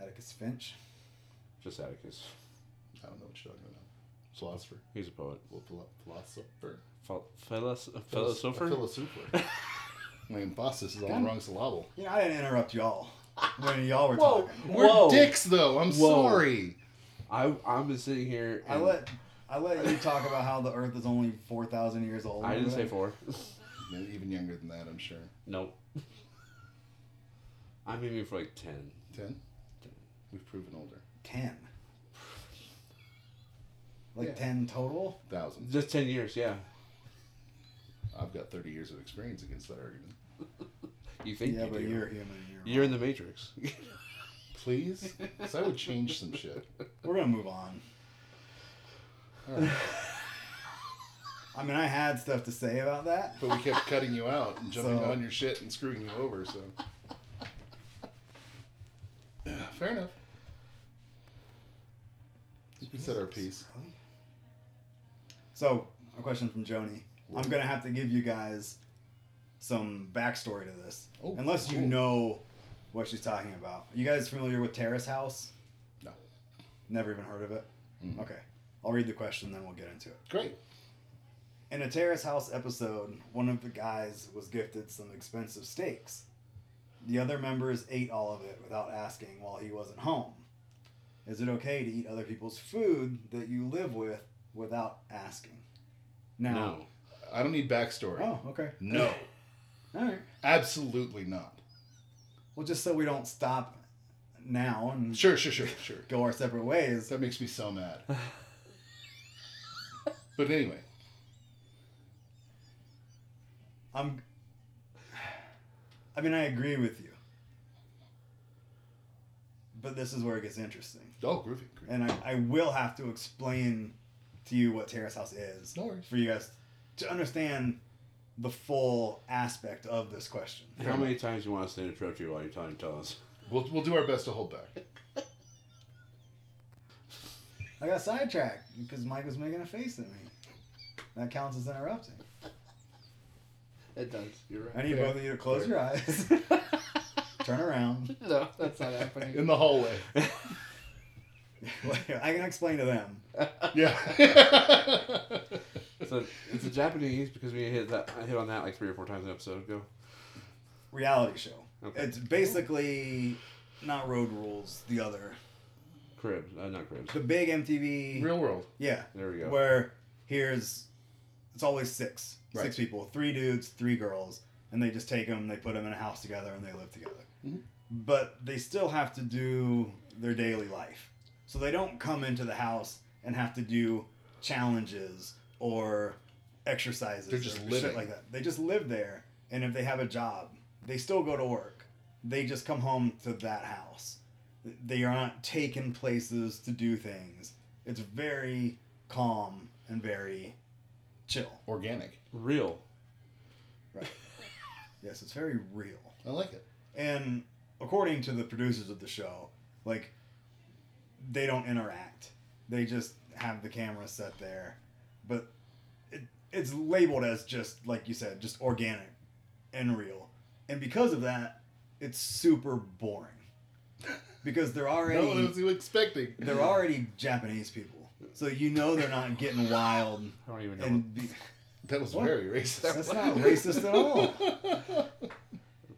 Speaker 1: Atticus Finch?
Speaker 2: just Atticus.
Speaker 3: I don't know what you're talking about. Philosopher.
Speaker 2: He's a poet.
Speaker 3: Well, philo- philosopher.
Speaker 2: Phil- philos- a
Speaker 3: A
Speaker 2: philosopher.
Speaker 3: philosopher. My emphasis is on the wrong syllable.
Speaker 1: You know, I didn't interrupt y'all when y'all were talking.
Speaker 3: We're
Speaker 2: Whoa.
Speaker 3: dicks, though. I'm
Speaker 2: Whoa.
Speaker 3: sorry.
Speaker 2: I I'm just sitting here.
Speaker 1: I
Speaker 2: and-
Speaker 1: let I let you talk about how the Earth is only four thousand years old.
Speaker 2: I didn't say
Speaker 1: Whatever.
Speaker 2: four.
Speaker 3: Maybe even younger than that, I'm sure.
Speaker 2: nope. I'm aiming for like ten.
Speaker 3: Ten. We've proven older.
Speaker 1: ten. Like
Speaker 3: Yeah.
Speaker 1: ten total.
Speaker 3: Thousands.
Speaker 2: Just ten years. Yeah.
Speaker 3: I've got 30 years of experience against that argument.
Speaker 2: You think?
Speaker 1: yeah,
Speaker 2: you
Speaker 1: but
Speaker 2: do.
Speaker 1: you're human. and You're,
Speaker 2: You're in the Matrix.
Speaker 3: Please? Because I would change some shit.
Speaker 1: We're gonna move on.
Speaker 3: All right.
Speaker 1: I mean, I had stuff to say about that.
Speaker 3: But we kept cutting you out and jumping
Speaker 1: So-
Speaker 3: on your shit and screwing you over, so. Fair enough. We said our piece.
Speaker 1: Really? So, a question from Joni. I'm gonna have to give you guys some backstory to this,
Speaker 3: Oh,
Speaker 1: unless you
Speaker 3: cool.
Speaker 1: know what she's talking about. You guys familiar with Terrace House?
Speaker 3: No.
Speaker 1: Never even heard of it.
Speaker 3: Mm.
Speaker 1: Okay, I'll read the question, then we'll get into it.
Speaker 3: Great.
Speaker 1: In a Terrace House episode, one of the guys was gifted some expensive steaks. The other members ate all of it without asking while he wasn't home. Is it okay to eat other people's food that you live with without asking? Now,
Speaker 2: No.
Speaker 3: I don't need backstory.
Speaker 1: Oh, okay.
Speaker 3: No.
Speaker 1: All right.
Speaker 3: Absolutely not.
Speaker 1: Well, just so we don't stop now and
Speaker 3: Sure, sure, sure, sure.
Speaker 1: go our separate ways.
Speaker 3: That makes me so mad. But anyway,
Speaker 1: I'm. I mean, I agree with you. But this is where it gets interesting.
Speaker 3: oh, groovy. groovy.
Speaker 1: and I, I will have to explain to you what Terrace House is
Speaker 3: No worries.
Speaker 1: for you guys to understand the full aspect of this question.
Speaker 2: How many times you want us to interrupt you while you're trying to tell us?
Speaker 3: We'll, we'll do our best to hold back.
Speaker 1: I got sidetracked because Mike was making a face at me. That counts as interrupting.
Speaker 2: It does. You're right.
Speaker 1: I need
Speaker 3: Fair.
Speaker 1: both of you to close your eyes, turn around.
Speaker 2: no, that's not happening.
Speaker 3: In the hallway.
Speaker 1: I can explain to them.
Speaker 3: Yeah.
Speaker 2: So it's a Japanese because we hit that I hit on that like three or four times an episode ago.
Speaker 1: Reality show.
Speaker 2: Okay.
Speaker 1: It's basically not Road Rules, the other.
Speaker 2: Cribs, uh, not cribs.
Speaker 1: The big MTV.
Speaker 3: Real world.
Speaker 1: Yeah.
Speaker 2: There we go.
Speaker 1: Where here's it's always six,
Speaker 3: Right.
Speaker 1: six people, three dudes, three girls, and they just take them, they put them in a house together, and they live together.
Speaker 3: Mhm.
Speaker 1: But they still have to do their daily life, so they don't come into the house and have to do challenges or exercises.
Speaker 3: They're just
Speaker 1: or
Speaker 3: living.
Speaker 1: shit like that. They just live there, and if they have a job, they still go to work. They just come home to that house. They are not taken places to do things. It's very calm and very chill.
Speaker 3: Organic.
Speaker 2: Real.
Speaker 1: Yes, it's very real.
Speaker 3: I like it.
Speaker 1: And according to the producers of the show, like they don't interact. They just have the camera set there, but it, it's labeled as just like you said, just organic and real. And because of that, it's super boring. Because they're already
Speaker 3: No one was expecting.
Speaker 1: they're already Japanese people. So you know they're not getting wild
Speaker 2: I don't even know.
Speaker 1: and be,
Speaker 3: That was
Speaker 1: What?
Speaker 3: very racist.
Speaker 1: that's not racist at all.
Speaker 2: what-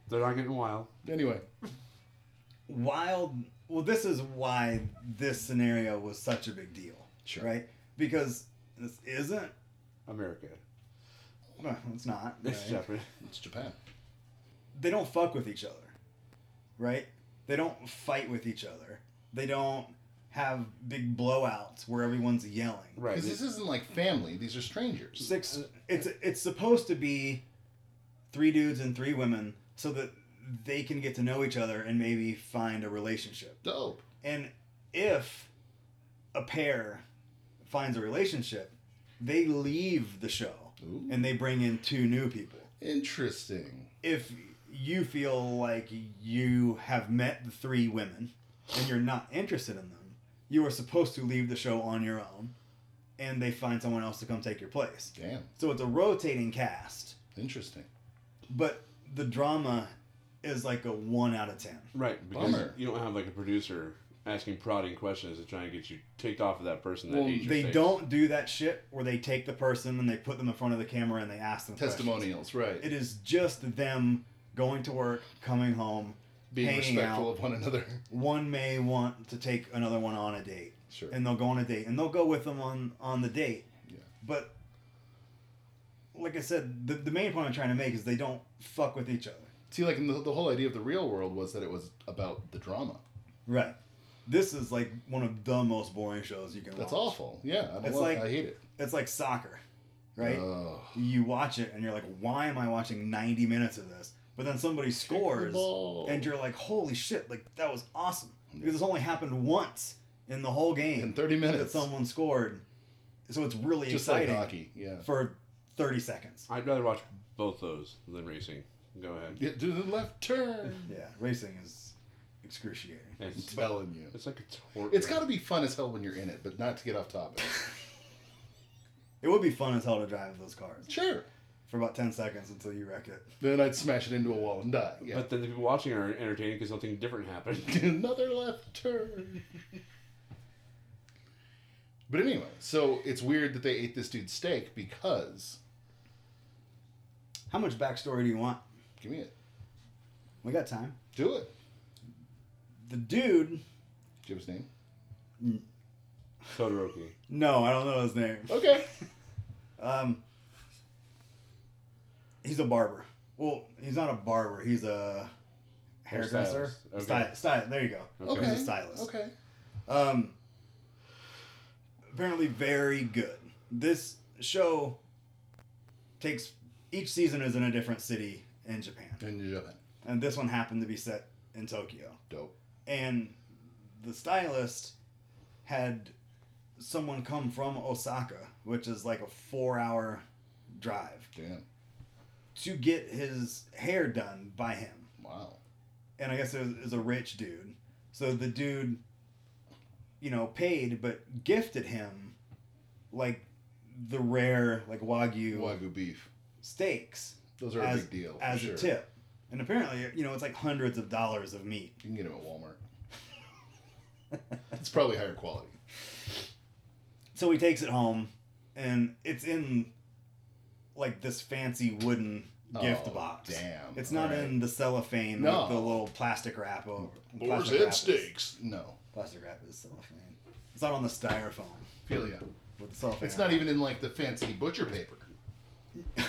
Speaker 2: They're not getting wild.
Speaker 3: Anyway,
Speaker 1: wild well this is why this scenario was such a big deal
Speaker 3: Sure.
Speaker 1: right because this isn't
Speaker 2: America.
Speaker 1: well, it's not
Speaker 2: It's
Speaker 1: right?
Speaker 2: Japan.
Speaker 3: it's Japan.
Speaker 1: they don't fuck with each other right they don't fight with each other they don't have big blowouts where everyone's yelling
Speaker 2: Right.
Speaker 3: Because this isn't like family. These are strangers.
Speaker 1: six it's it's supposed to be three dudes and three women so that they can get to know each other and maybe find a relationship
Speaker 3: Dope.
Speaker 1: And if a pair finds a relationship, they leave the show
Speaker 3: Ooh.
Speaker 1: and they bring in two new people.
Speaker 3: Interesting.
Speaker 1: If you feel like you have met the three women and you're not interested in them, you are supposed to leave the show on your own and they find someone else to come take your place.
Speaker 3: Damn.
Speaker 1: So it's a rotating cast,
Speaker 3: Interesting.
Speaker 1: but the drama is like a 1 out of 10.
Speaker 2: Right, because
Speaker 3: Bummer.
Speaker 2: you don't have like a producer asking prodding questions to try and get you ticked off of that person that
Speaker 3: Well,
Speaker 2: ate your
Speaker 1: They
Speaker 2: steak.
Speaker 1: don't do that shit where they take the person and they put them in front of the camera and they ask them questions.
Speaker 3: Testimonials, right?
Speaker 1: It is just them going to work, coming home.
Speaker 3: Being
Speaker 1: hanging
Speaker 3: respectful
Speaker 1: out.
Speaker 3: of one another.
Speaker 1: One may want to take another one on a date,
Speaker 3: Sure.
Speaker 1: and they'll go on a date, and they'll go with them on on the date.
Speaker 3: Yeah.
Speaker 1: But like I said, the, the main point I'm trying to make is they don't fuck with each other.
Speaker 3: See, like, and the, the whole idea of the real world was that it was about the drama.
Speaker 1: Right. This is like one of the most boring shows you can
Speaker 3: That's
Speaker 1: watch.
Speaker 3: awful. Yeah, I don't
Speaker 1: It's
Speaker 3: love,
Speaker 1: like-
Speaker 3: I hate it.
Speaker 1: It's like soccer, right?
Speaker 3: Ugh.
Speaker 1: you watch it and you're like, why am I watching 90 minutes of this? But then somebody scores
Speaker 3: ball.
Speaker 1: and you're like, holy shit, like that was awesome. Because it's only happened once in the whole game
Speaker 3: in 30
Speaker 1: that
Speaker 3: minutes,
Speaker 1: someone scored. So it's really
Speaker 3: just like
Speaker 1: exciting
Speaker 3: hockey. Yeah.
Speaker 1: for 30 seconds.
Speaker 2: I'd rather watch both those than racing. Go ahead.
Speaker 3: yeah. Do the left turn.
Speaker 1: Yeah, racing is excruciating.
Speaker 3: I'm
Speaker 2: It's,
Speaker 3: telling you.
Speaker 2: it's like a tort.
Speaker 3: It's got to be fun as hell when you're in it, but not to get off topic.
Speaker 1: It would be fun as hell to drive those cars
Speaker 3: sure.
Speaker 1: for about 10 seconds until you wreck it.
Speaker 3: Then I'd smash it into a wall and die. Yeah.
Speaker 2: But then the people watching are entertained because something different happened.
Speaker 3: Another left turn. but anyway, so it's weird that they ate this dude's steak because.
Speaker 1: How much backstory do you want?
Speaker 3: Give me it.
Speaker 1: We got time.
Speaker 3: Do it.
Speaker 1: The dude,
Speaker 3: Do you have his name?
Speaker 2: Todoroki.
Speaker 1: no, I don't know his name.
Speaker 3: Okay.
Speaker 1: Um, he's a barber. Well, he's not a barber. He's a hairdresser.
Speaker 2: Hairstylist. Okay.
Speaker 1: Styli- styli- there you go.
Speaker 2: Okay.
Speaker 3: Okay.
Speaker 1: He's a stylist.
Speaker 3: Okay.
Speaker 1: Um, apparently very good. This show takes each season is in a different city in Japan,
Speaker 3: And you have it.
Speaker 1: and this one happened to be set in Tokyo.
Speaker 3: Dope.
Speaker 1: And the stylist had someone come from Osaka, which is like a four-hour drive.
Speaker 3: Damn.
Speaker 1: to get his hair done by him.
Speaker 3: Wow.
Speaker 1: And I guess it was, it was a rich dude. So the dude, you know, paid but gifted him like the rare like wagyu
Speaker 3: Wagyu beef.
Speaker 1: steaks
Speaker 3: Those are
Speaker 1: as,
Speaker 3: a big deal. for
Speaker 1: as
Speaker 3: sure.
Speaker 1: a tip. And apparently, you know, it's like hundreds of dollars of meat.
Speaker 3: You can get them at Walmart. it's probably higher quality.
Speaker 1: So he takes it home and it's in like this fancy wooden gift
Speaker 3: Oh,
Speaker 1: box.
Speaker 3: damn.
Speaker 1: It's not
Speaker 3: All right.
Speaker 1: in the cellophane
Speaker 3: No.
Speaker 1: with the little plastic wrap over.
Speaker 3: Boar's
Speaker 1: plastic
Speaker 3: head
Speaker 1: wrap is-
Speaker 3: steaks. No.
Speaker 1: Plastic wrap is cellophane. It's not on the styrofoam.
Speaker 3: Philia.
Speaker 1: with the cellophane.
Speaker 3: It's not even in like the fancy butcher paper.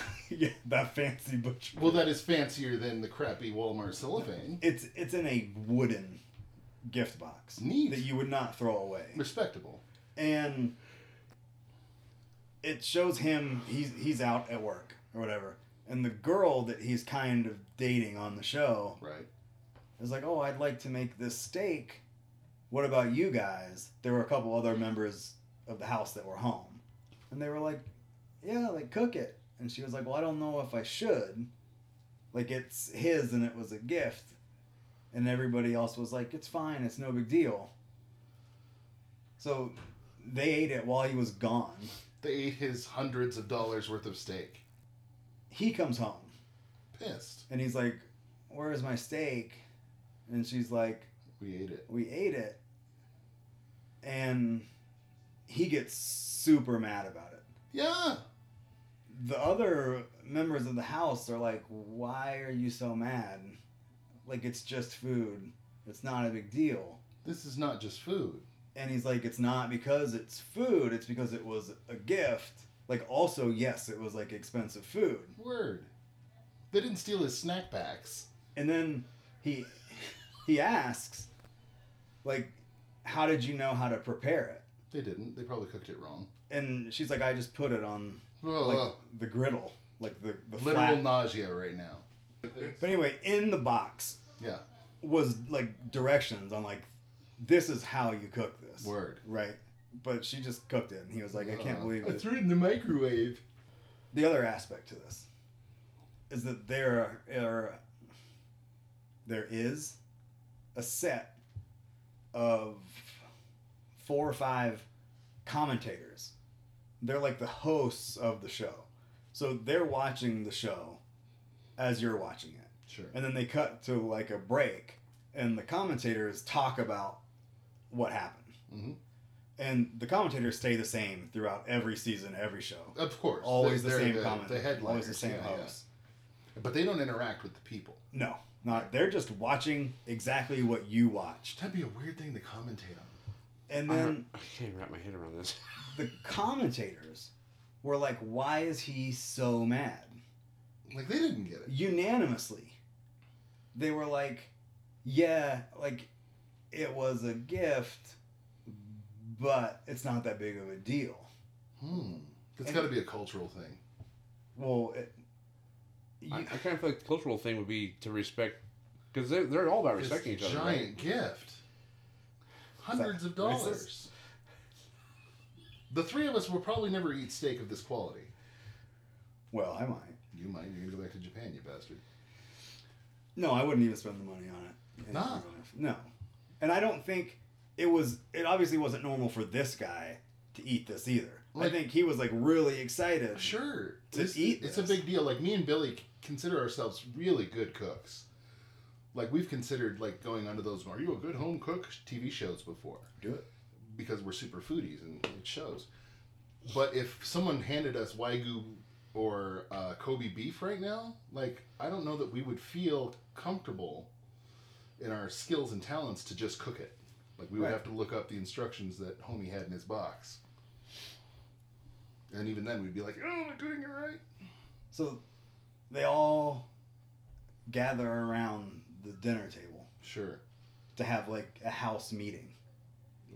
Speaker 1: yeah, that fancy butcher.
Speaker 3: Well, that is fancier than the crappy Walmart cellophane.
Speaker 1: it's it's in a wooden gift box
Speaker 3: Neat.
Speaker 1: that you would not throw away,
Speaker 3: Respectable.
Speaker 1: and it shows him he's he's out at work or whatever, and the girl that he's kind of dating on the show
Speaker 3: Right.
Speaker 1: is like, "Oh, I'd like to make this steak. What about you guys?" There were a couple other members of the house that were home, and they were like, "Yeah, like cook it." And she was like, "Well, I don't know if I should. Like it's his, and it was a gift." And everybody else was like, "It's fine. It's no big deal." So they ate it while he was gone.
Speaker 3: They ate his hundreds of dollars worth of steak.
Speaker 1: He comes home
Speaker 3: Pissed.
Speaker 1: and he's like, "Where's my steak?" And she's like,
Speaker 3: We ate it.
Speaker 1: we ate it and he gets super mad about it
Speaker 3: Yeah.
Speaker 1: the other members of the house are like why are you so mad like it's just food it's not a big deal
Speaker 3: This is not just food.
Speaker 1: and he's like it's not because it's food it's because it was a gift like also yes it was like expensive food
Speaker 3: Word. They didn't steal his snack packs.
Speaker 1: and then he he asks like how did you know how to prepare it
Speaker 3: They didn't. They probably cooked it wrong.
Speaker 1: and she's like i just put it on
Speaker 3: Ugh,
Speaker 1: like the griddle, like the, the
Speaker 3: literal
Speaker 1: flat.
Speaker 3: nausea right now.
Speaker 1: But anyway, in the box
Speaker 3: Yeah.
Speaker 1: was like directions on like, this is how you cook this.
Speaker 3: Word.
Speaker 1: Right. But she just cooked it, and he was like, I can't
Speaker 3: Uh,
Speaker 1: believe
Speaker 3: I
Speaker 1: it.
Speaker 3: threw it in the microwave.
Speaker 1: The other aspect to this is that there are, there is a set of four or five commentators. They're like the hosts of the show. So they're watching the show as you're watching it.
Speaker 3: Sure.
Speaker 1: and then they cut to like a break and the commentators talk about what happened
Speaker 3: Mhm.
Speaker 1: and the commentators stay the same throughout every season every show
Speaker 3: Of course.
Speaker 1: always
Speaker 3: They-
Speaker 1: the
Speaker 3: they're
Speaker 1: same comment
Speaker 3: The headliners.
Speaker 1: always the same
Speaker 3: yeah, yeah.
Speaker 1: host
Speaker 3: But they don't interact with the people.
Speaker 1: no not they're just watching exactly what you watched
Speaker 3: That'd be a weird thing to commentate on.
Speaker 1: and
Speaker 2: I,
Speaker 1: then
Speaker 2: don't- I can't wrap my head around this.
Speaker 3: Uh-huh.
Speaker 1: the commentators were like why is he so mad
Speaker 3: Like they didn't get it.
Speaker 1: unanimously they were like yeah like it was a gift but it's not that big of a deal
Speaker 3: Hmm. It's
Speaker 1: And-
Speaker 3: got to be a cultural thing.
Speaker 1: well it, you,
Speaker 2: I, I kind of feel like the cultural thing would be to respect, because they're, they're all about
Speaker 3: This
Speaker 2: respecting each other. right?
Speaker 3: giant gift. Hundreds of
Speaker 2: What is this?
Speaker 3: dollars. The three of us will probably never eat steak of this quality.
Speaker 1: well i might
Speaker 3: You might. You're gonna go back to Japan, you bastard.
Speaker 1: no i wouldn't even spend the money on it
Speaker 3: Nah.
Speaker 1: no and i don't think it was it obviously wasn't normal for this guy to eat this either i
Speaker 3: Like-
Speaker 1: think he was like really excited
Speaker 3: Sure.
Speaker 1: To eat
Speaker 3: It's
Speaker 1: this.
Speaker 3: a big deal. Like me and Billy c- consider ourselves really good cooks. Like we've considered like going onto those "Are you a good home cook?" TV shows before.
Speaker 1: do it
Speaker 3: because we're super foodies and it shows. But if someone handed us Wagyu or uh, Kobe beef right now, like I don't know that we would feel comfortable in our skills and talents to just cook it. Like we would
Speaker 1: Right.
Speaker 3: have to look up the instructions that homie had in his box. And even then, we'd be like, "Oh, am I doing it right?"
Speaker 1: so they all gather around the dinner table
Speaker 3: Sure.
Speaker 1: to have like a house meeting.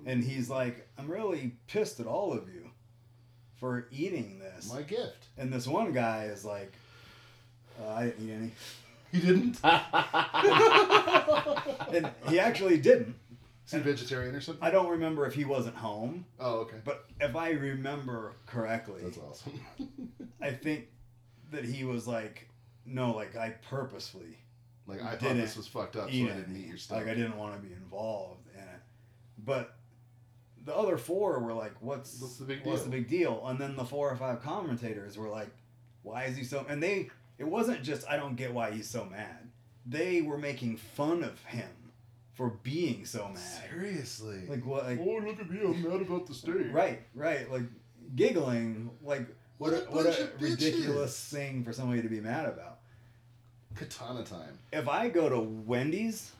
Speaker 1: And he's like, I'm really pissed at all of you for eating this.
Speaker 3: My gift.
Speaker 1: and this one guy is like, uh, I didn't eat any.
Speaker 3: He didn't.
Speaker 1: And he actually didn't.
Speaker 3: Is he vegetarian or something?
Speaker 1: I don't remember if he wasn't home,
Speaker 3: Oh, okay.
Speaker 1: but if I remember correctly,
Speaker 3: That's awesome.
Speaker 1: I think that he was like, no, like I purposefully
Speaker 3: like I thought
Speaker 1: Didn't
Speaker 3: this was fucked up, so I
Speaker 1: eat
Speaker 3: didn't
Speaker 1: any.
Speaker 3: eat your stuff.
Speaker 1: Like I didn't want to be involved in it. But the other four were like, "What's
Speaker 3: What's the big
Speaker 1: what's
Speaker 3: deal?
Speaker 1: the big deal?" And then the four or five commentators were like, "Why is he so?" And they it wasn't just I don't get why he's so mad. They were making fun of him for being so mad.
Speaker 3: Seriously.
Speaker 1: Like what? Like,
Speaker 3: oh, look at me, I'm mad about the steak.
Speaker 1: right, right. Like giggling. Like what?
Speaker 3: What
Speaker 1: A,
Speaker 3: a
Speaker 1: what
Speaker 3: bunch
Speaker 1: a
Speaker 3: of bitches.
Speaker 1: ridiculous thing for somebody to be mad about.
Speaker 3: Katana time.
Speaker 1: if I go to Wendy's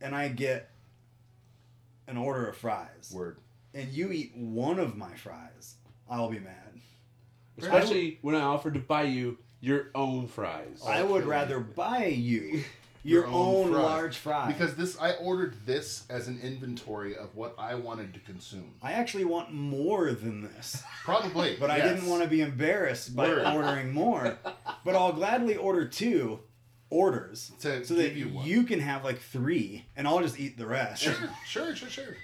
Speaker 1: and I get an order of fries
Speaker 3: Word.
Speaker 1: and you eat one of my fries, I'll be mad.
Speaker 2: Especially when I offered to buy you your own fries.
Speaker 3: Oh,
Speaker 1: I would
Speaker 3: Okay.
Speaker 1: rather buy you your, own,
Speaker 3: fries.
Speaker 1: large fry
Speaker 3: Because this, I ordered this as an inventory of what I wanted to consume.
Speaker 1: I actually want more than this.
Speaker 3: Probably,
Speaker 1: But I didn't want to be embarrassed by
Speaker 3: Word.
Speaker 1: ordering more. But I'll gladly order two orders
Speaker 3: to
Speaker 1: so
Speaker 3: give
Speaker 1: that
Speaker 3: you
Speaker 1: you,
Speaker 3: one.
Speaker 1: can have like three, and I'll just eat the rest.
Speaker 3: Sure, sure, sure, sure.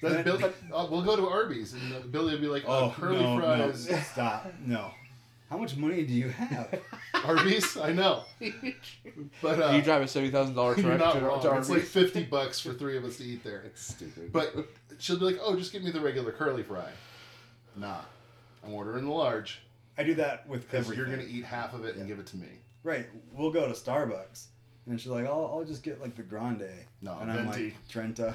Speaker 3: Then Bill, uh, we'll go to Arby's, and uh, Billy will be like, "Oh,
Speaker 1: oh,
Speaker 3: curly
Speaker 1: no,
Speaker 3: fries,
Speaker 1: no, stop, no. How much money do you have?
Speaker 3: Arby's." I know, but uh,
Speaker 2: you drive a seventy thousand dollar
Speaker 3: you're
Speaker 2: truck
Speaker 3: not
Speaker 2: to,
Speaker 3: wrong.
Speaker 2: to
Speaker 3: It's
Speaker 2: Arby's?
Speaker 3: like fifty bucks for three of us to eat there.
Speaker 2: That's stupid.
Speaker 3: But she'll be like, "Oh, just give me the regular curly fry." Nah, I'm ordering the large
Speaker 1: I do that with
Speaker 3: because
Speaker 1: everything.
Speaker 3: you're gonna eat half of it and give it to me.
Speaker 1: Right, we'll go to Starbucks, and she's like, "I'll, I'll just get like the grande,"
Speaker 3: No,
Speaker 1: and I'm
Speaker 3: venti.
Speaker 1: like, "Trenta,"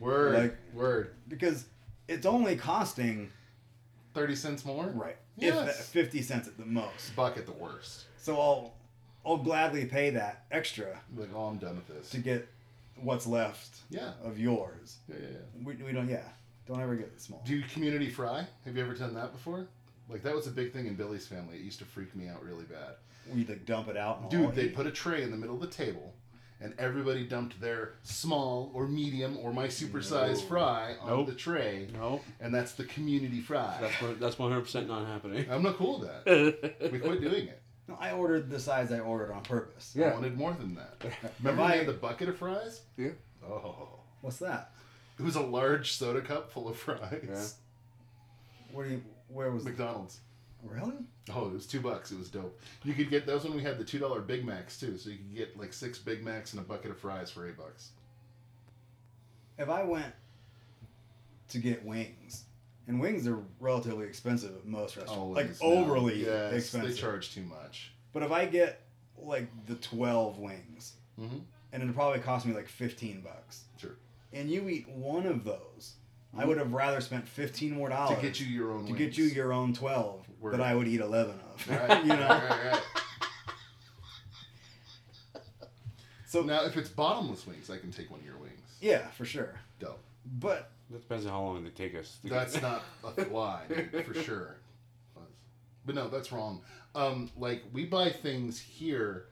Speaker 3: Word,
Speaker 1: Like-
Speaker 3: word.
Speaker 1: because it's only costing
Speaker 3: Thirty cents more.
Speaker 1: right, if that,
Speaker 3: Yes.
Speaker 1: fifty cents at the most.
Speaker 3: Buck at the worst.
Speaker 1: So I'll I'll gladly pay that extra
Speaker 3: Be Like, oh, I'm done with this.
Speaker 1: to get what's left
Speaker 3: Yeah.
Speaker 1: of yours.
Speaker 3: Yeah, yeah, yeah.
Speaker 1: We, we don't yeah. Don't ever get the small.
Speaker 3: Do you community fry? Have you ever done that before? Like that was a big thing in Billy's family. It used to freak me out really bad.
Speaker 1: we like dump it out and all
Speaker 3: Dude, they
Speaker 1: eat.
Speaker 3: put a tray in the middle of the table, and everybody dumped their small or medium or my supersized
Speaker 2: No.
Speaker 3: fry on
Speaker 2: Nope.
Speaker 3: the tray,
Speaker 2: no,
Speaker 3: and that's the community fry.
Speaker 2: that's one- that's one hundred percent not happening.
Speaker 3: I'm not cool with that. We
Speaker 2: yeah,
Speaker 3: quit doing it.
Speaker 1: No, I ordered the size I ordered on purpose.
Speaker 3: I wanted more than that. Remember
Speaker 1: If
Speaker 3: when
Speaker 1: I-
Speaker 3: I had the bucket of fries?
Speaker 2: Yeah.
Speaker 3: Oh,
Speaker 1: What's that?
Speaker 3: it was a large soda cup full of fries.
Speaker 1: What do you where was
Speaker 3: McDonald's.
Speaker 1: Really?
Speaker 3: Oh, it was two bucks. It was dope. You could get those when we had the two dollar Big Macs too. So you could get like six Big Macs and a bucket of fries for eight bucks.
Speaker 1: If I went to get wings, and wings are relatively expensive at most restaurants. like
Speaker 3: Always now.
Speaker 1: overly
Speaker 3: Yes,
Speaker 1: expensive.
Speaker 3: They charge too much.
Speaker 1: But if I get like the twelve wings,
Speaker 3: Mm-hmm.
Speaker 1: and it'd probably cost me like 15 bucks.
Speaker 3: Sure. Mm-hmm.
Speaker 1: And you eat one of those, I would have rather spent 15 more dollars
Speaker 3: To get you your own.
Speaker 1: to
Speaker 3: wings.
Speaker 1: get you your own 12
Speaker 3: Word.
Speaker 1: that I would eat 11 of.
Speaker 3: Right,
Speaker 1: you know.
Speaker 3: right, right, right.
Speaker 1: So
Speaker 3: Now, if it's bottomless wings, I can take one of your wings.
Speaker 1: yeah, for sure.
Speaker 3: Dope.
Speaker 1: But
Speaker 2: that depends on how long they take us. To
Speaker 3: That's not a lie, dude, for sure. But no, that's wrong. Um, like we buy things here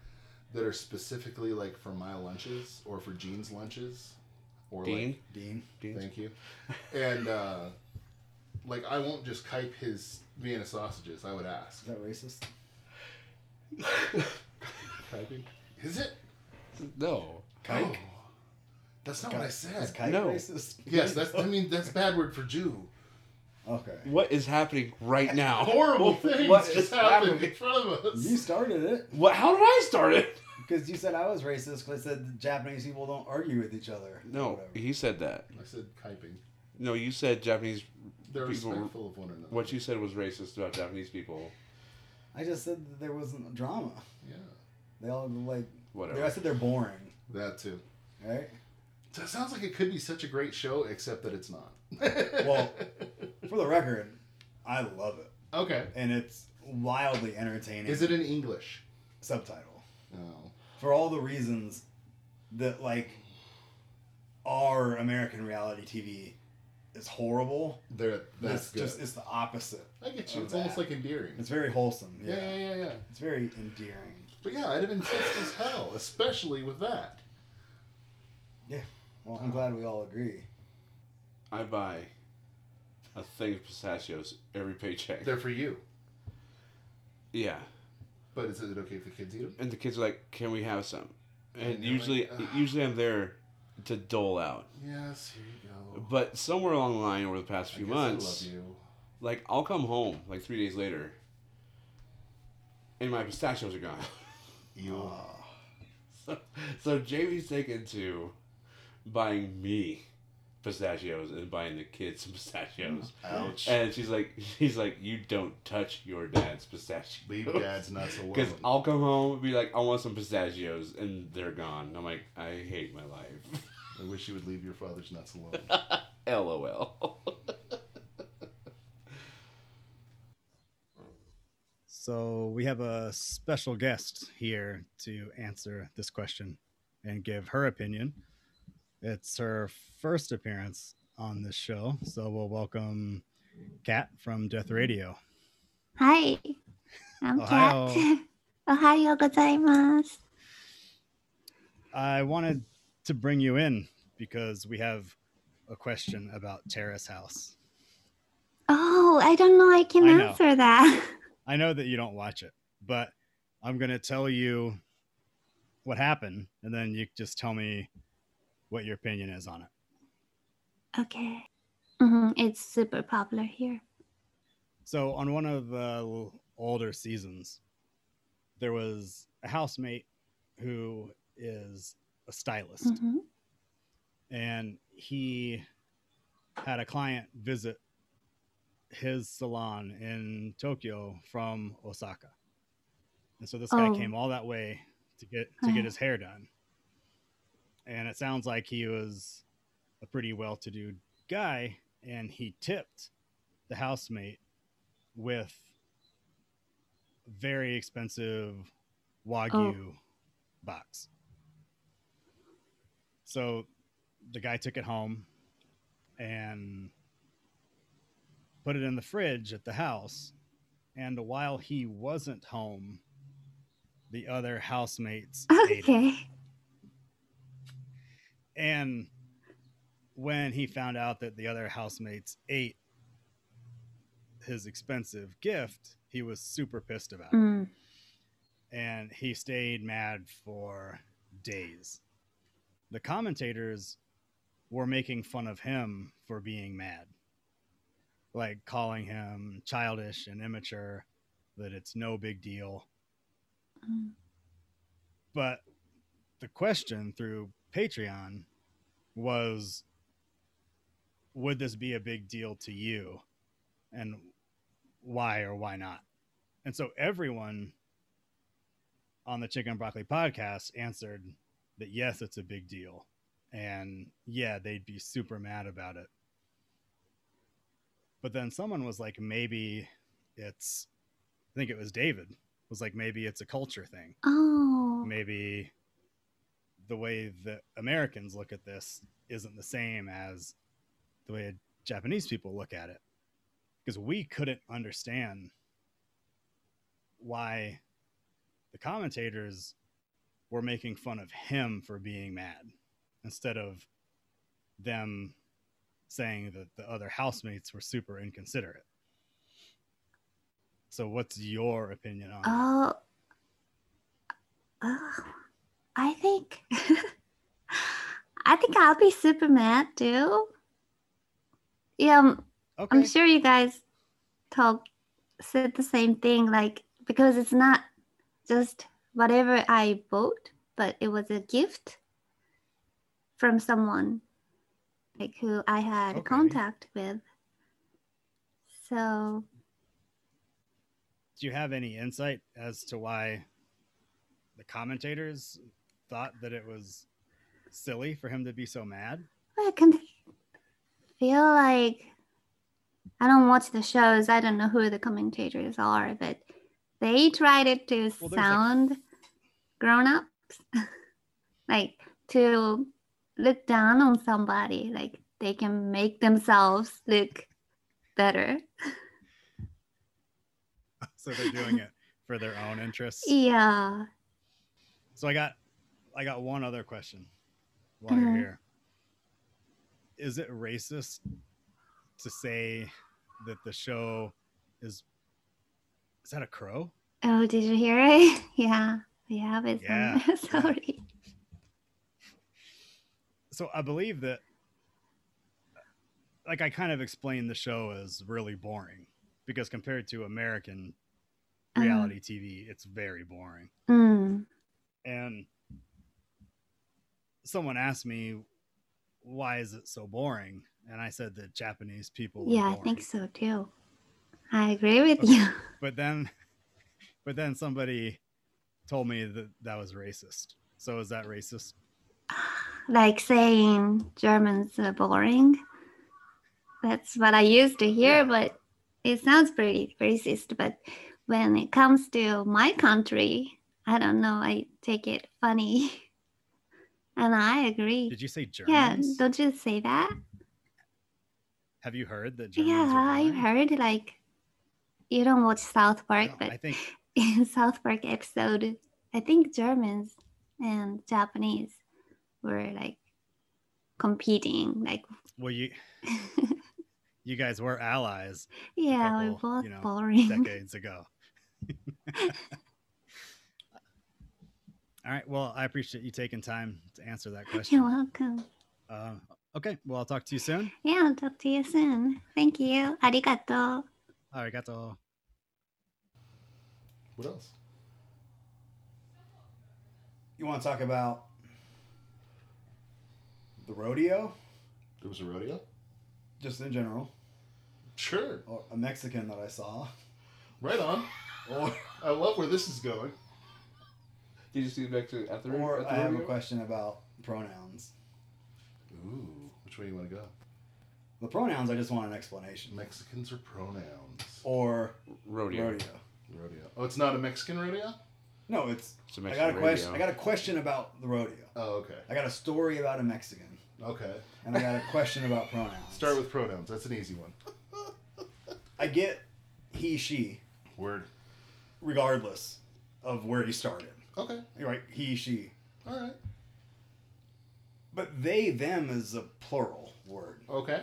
Speaker 3: that are specifically like for my lunches or for Jean's lunches, or like
Speaker 2: Dean.
Speaker 1: Dean,
Speaker 2: Dean.
Speaker 3: Thank you. And uh, like, I won't just kype his Vienna sausages. I would ask.
Speaker 1: is that racist?
Speaker 3: Kyping? Is it?
Speaker 2: No.
Speaker 1: Kike?
Speaker 3: Oh, that's not what I
Speaker 1: Is
Speaker 3: said.
Speaker 1: kike
Speaker 2: No.
Speaker 1: racist?
Speaker 3: Yes, that's. I mean, that's a bad word for Jew.
Speaker 1: Okay.
Speaker 2: What is happening right now?
Speaker 3: Horrible
Speaker 2: What-
Speaker 3: things
Speaker 2: what
Speaker 3: just
Speaker 2: is
Speaker 3: happened in
Speaker 2: happening?
Speaker 3: front of us.
Speaker 1: You started it
Speaker 2: What? How did I start it?
Speaker 1: because you said I was racist because I said that Japanese people don't argue with each other. or
Speaker 2: No,
Speaker 1: whatever.
Speaker 2: he said that.
Speaker 3: I said kyping.
Speaker 2: No, you said Japanese.
Speaker 3: They're
Speaker 2: People-
Speaker 3: respectful of one another.
Speaker 2: What you said was racist about Japanese people.
Speaker 1: I just said that there wasn't drama.
Speaker 3: Yeah,
Speaker 1: They all like. I
Speaker 2: Whatever.
Speaker 1: said they're boring,
Speaker 3: that too.
Speaker 1: right?
Speaker 3: So it sounds like it could be such a great show, except that it's not.
Speaker 1: Well- For the record, I love it.
Speaker 3: okay.
Speaker 1: and it's wildly entertaining.
Speaker 3: Is it in English?
Speaker 1: subtitle
Speaker 3: No.
Speaker 1: for all the reasons that like our American reality TV is horrible?
Speaker 3: There. That's
Speaker 1: it's
Speaker 3: good.
Speaker 1: just it's the opposite.
Speaker 3: I get you.
Speaker 1: of
Speaker 3: It's almost
Speaker 1: that.
Speaker 3: like endearing.
Speaker 1: It's very wholesome. Yeah,
Speaker 3: Yeah, yeah, yeah, yeah.
Speaker 1: it's very endearing.
Speaker 3: But yeah, I'd have been pissed as hell, especially with that.
Speaker 1: Well, I'm glad we all agree.
Speaker 2: I buy a thing of pistachios every paycheck.
Speaker 3: They're for you.
Speaker 2: Yeah,
Speaker 3: But is it okay if the kids eat them?
Speaker 2: and the kids are like, "Can we have some?" And,
Speaker 3: And they're
Speaker 2: usually,
Speaker 3: like, "Ugh."
Speaker 2: usually I'm there to dole out.
Speaker 3: Yes, here you go.
Speaker 2: But somewhere along the line, over the past
Speaker 3: I
Speaker 2: few
Speaker 3: guess
Speaker 2: months,
Speaker 3: I love you.
Speaker 2: like I'll come home like three days later, and my pistachios are gone.
Speaker 3: You.
Speaker 1: Ah.
Speaker 2: so, so Jamie's taken to buying me pistachios and buying the kids some pistachios.
Speaker 3: ouch.
Speaker 2: And she's like, she's like, you don't touch your dad's pistachios.
Speaker 3: Leave dad's nuts alone.
Speaker 2: Because I'll come home and be like, I want some pistachios, and they're gone. And I'm like, I hate my life.
Speaker 3: I wish you would leave your father's nuts alone.
Speaker 2: LOL.
Speaker 1: So we have a special guest here to answer this question and give her opinion. It's her first appearance on this show, so we'll welcome Cat from Death Radio.
Speaker 4: はい。I'm Oh,
Speaker 1: Ohio.
Speaker 4: Cat. おはようございます。
Speaker 1: I wanted to bring you in because we have a question about Terrace House.
Speaker 4: Oh, I don't know I can
Speaker 1: I know.
Speaker 4: answer that.
Speaker 1: I know that you don't watch it, but I'm going to tell you what happened, and then you just tell me what your opinion is on it.
Speaker 4: okay. Mhm, It's super popular here.
Speaker 1: So, on one of the older seasons, there was a housemate who is a stylist.
Speaker 4: Mhm.
Speaker 1: and he had a client visit his salon in Tokyo from Osaka. And so this guy
Speaker 4: Oh.
Speaker 1: came all that way to get to
Speaker 4: Uh-huh.
Speaker 1: get his hair done. And it sounds like he was a pretty well-to-do guy and he tipped the housemate with very expensive wagyu box. So the guy took it home and put it in the fridge at the house. And while he wasn't home, the other housemates ate it.
Speaker 4: Okay.
Speaker 1: And when he found out that the other housemates ate his expensive gift, he was super pissed about it.
Speaker 4: Mm.
Speaker 1: and he stayed mad for days. The commentators were making fun of him for being mad, like calling him childish and immature, that it's no big deal.
Speaker 4: Mm.
Speaker 1: But the question through Patreon was would this be a big deal to you? And why or why not? And so everyone on the Chicken and Broccoli podcast answered that yes, it's a big deal. And yeah, they'd be super mad about it. But then someone was like, maybe it's, I think it was David, was like, maybe it's a culture thing
Speaker 4: Oh.
Speaker 1: maybe the way that Americans look at this isn't the same as the way Japanese people look at it. Because we couldn't understand why the commentators were making fun of him for being mad instead of them saying that the other housemates were super inconsiderate. So, what's your opinion on that?
Speaker 4: Oh, oh, I think I think I'll be super mad too. Yeah, I'm,
Speaker 1: Okay.
Speaker 4: I'm sure you guys talk said the same thing, like because it's not just whatever I bought, but it was a gift from someone like who I had
Speaker 1: Okay.
Speaker 4: contact with. So
Speaker 1: do you have any insight as to why the commentators thought that it was silly for him to be so mad?
Speaker 4: I can feel like I don't watch the shows. I don't know who the commentators are, but they tried it to
Speaker 1: Well, there's, like-
Speaker 4: sound grown ups, like to look down on somebody, like they can make themselves look better.
Speaker 1: So they're doing it for their own interests.
Speaker 4: E- Yeah.
Speaker 1: So I got I got one other question while you're
Speaker 4: Mhm.
Speaker 1: here. Is it racist to say that the show is is that a crow?
Speaker 4: Oh, did you hear it? Yeah. Yeah, but
Speaker 1: Yeah,
Speaker 4: sorry.
Speaker 1: so I believe that like I kind of explained the show as really boring because compared to American
Speaker 4: Uh-huh.
Speaker 1: reality TV, it's very boring.
Speaker 4: Mm.
Speaker 1: And someone asked me why is it so boring? And I said that Japanese people are
Speaker 4: Yeah, I
Speaker 1: boring.
Speaker 4: think so too. I agree with you.
Speaker 1: But then but then somebody told me that that was racist. So is that racist?
Speaker 4: like saying Germans are boring. That's what I used to hear,
Speaker 1: Yeah.
Speaker 4: but it sounds pretty racist. But when it comes to my country, I don't know. I take it funny, and I agree.
Speaker 1: Did you say
Speaker 4: yeah,
Speaker 1: Germans?
Speaker 4: don't you say that?
Speaker 5: Have you heard that?
Speaker 4: yeah,
Speaker 5: Germans are
Speaker 4: I've
Speaker 5: blind?
Speaker 4: heard like you don't watch South Park,
Speaker 5: No,
Speaker 4: but
Speaker 5: I think
Speaker 4: in South Park episode, I think Germans and Japanese were like competing. Like,
Speaker 5: well, you you guys were allies
Speaker 4: yeah, we're
Speaker 5: couple,
Speaker 4: both
Speaker 5: you know,
Speaker 4: boring.
Speaker 5: decades ago. All right. Well, I appreciate you taking time to answer that
Speaker 4: You're
Speaker 5: question.
Speaker 4: welcome.
Speaker 5: Uh, okay. Well, I'll talk to you soon.
Speaker 4: Yeah, I'll talk to you soon. Thank you. Arigato.
Speaker 5: All right. Got to.
Speaker 3: What else?
Speaker 1: You want to talk about the rodeo,
Speaker 3: There was a rodeo.
Speaker 1: just in general,
Speaker 3: Sure.
Speaker 1: or a Mexican that I saw,
Speaker 3: Right on. Oh,
Speaker 1: or
Speaker 3: I love where this is going.
Speaker 2: Did you see back to at the
Speaker 1: or
Speaker 2: at the
Speaker 1: I have a
Speaker 2: rodeo?
Speaker 1: question about pronouns.
Speaker 3: Ooh, which way you want to go?
Speaker 1: The pronouns, I just want an explanation.
Speaker 3: Mexicans are pronouns.
Speaker 1: Or
Speaker 2: rodeo.
Speaker 1: rodeo.
Speaker 3: Rodeo. Oh, it's not a Mexican rodeo.
Speaker 1: No, it's.
Speaker 2: It's a
Speaker 1: I
Speaker 2: Mexican
Speaker 1: got a question.
Speaker 2: rodeo.
Speaker 1: I got a question about the rodeo.
Speaker 3: Oh, okay.
Speaker 1: I got a story about a Mexican,
Speaker 3: Okay.
Speaker 1: and I got a question about pronouns.
Speaker 3: Start with pronouns. That's an easy one.
Speaker 1: I get he, she,
Speaker 3: Word.
Speaker 1: regardless of where he started.
Speaker 3: Okay.
Speaker 1: Right, he, she.
Speaker 3: All right.
Speaker 1: But they, them is a plural word.
Speaker 3: Okay.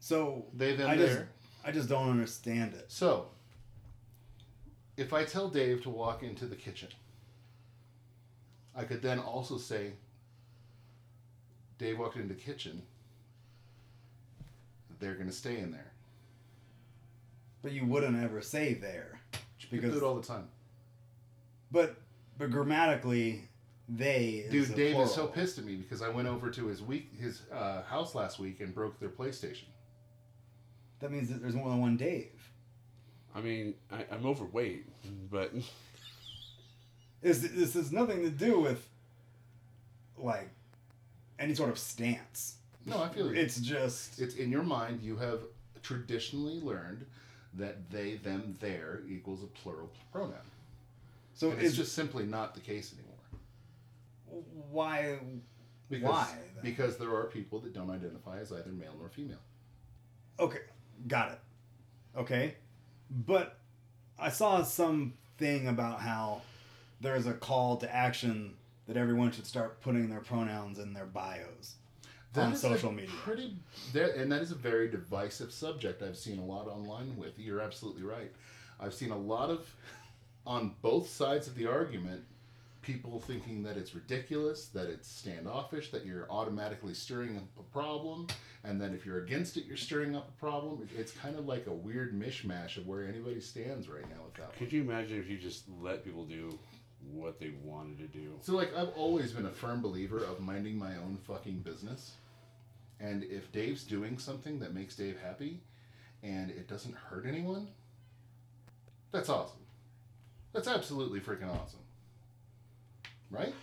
Speaker 1: So
Speaker 3: They, them,
Speaker 1: I just,
Speaker 3: there.
Speaker 1: I just don't understand it.
Speaker 3: So, if I tell Dave to walk into the kitchen, I could then also say, Dave walked into the kitchen. They're going to stay in there.
Speaker 1: But you wouldn't ever say there,
Speaker 3: Because
Speaker 1: because
Speaker 3: do it all the time.
Speaker 1: but but grammatically, they is
Speaker 3: Dude,
Speaker 1: a
Speaker 3: Dave
Speaker 1: plural.
Speaker 3: is so pissed at me because I went over to his week his uh, house last week and broke their PlayStation.
Speaker 1: That means that there's more than one Dave.
Speaker 2: I mean, I, I'm overweight, but
Speaker 1: Is this has nothing to do with like any sort of stance?
Speaker 3: No, I feel you.
Speaker 1: It's just
Speaker 3: It's in your mind. You have traditionally learned that they, them, there equals a plural pronoun.
Speaker 1: so
Speaker 3: And
Speaker 1: it's
Speaker 3: it's
Speaker 1: just
Speaker 3: just simply not the case anymore.
Speaker 1: why
Speaker 3: Because,
Speaker 1: Why, then?
Speaker 3: Because there are people that don't identify as either male nor female.
Speaker 1: Okay, got it. Okay, but I saw something about how there's a call to action that everyone should start putting their pronouns in their bios. On
Speaker 3: is
Speaker 1: social
Speaker 3: a
Speaker 1: media.
Speaker 3: Pretty, there, and that is a very divisive subject. I've seen a lot online with. You're absolutely right. I've seen a lot of, on both sides of the argument, people thinking that it's ridiculous, that it's standoffish, that you're automatically stirring up a problem, and that if you're against it, you're stirring up a problem. It- It's kind of like a weird mishmash of where anybody stands right now with that. one.
Speaker 2: could you imagine if you just let people do what they wanted to do?
Speaker 3: So like I've always been a firm believer of minding my own fucking business. And if Dave's doing something that makes Dave happy and it doesn't hurt anyone, that's awesome. That's absolutely freaking awesome. Right?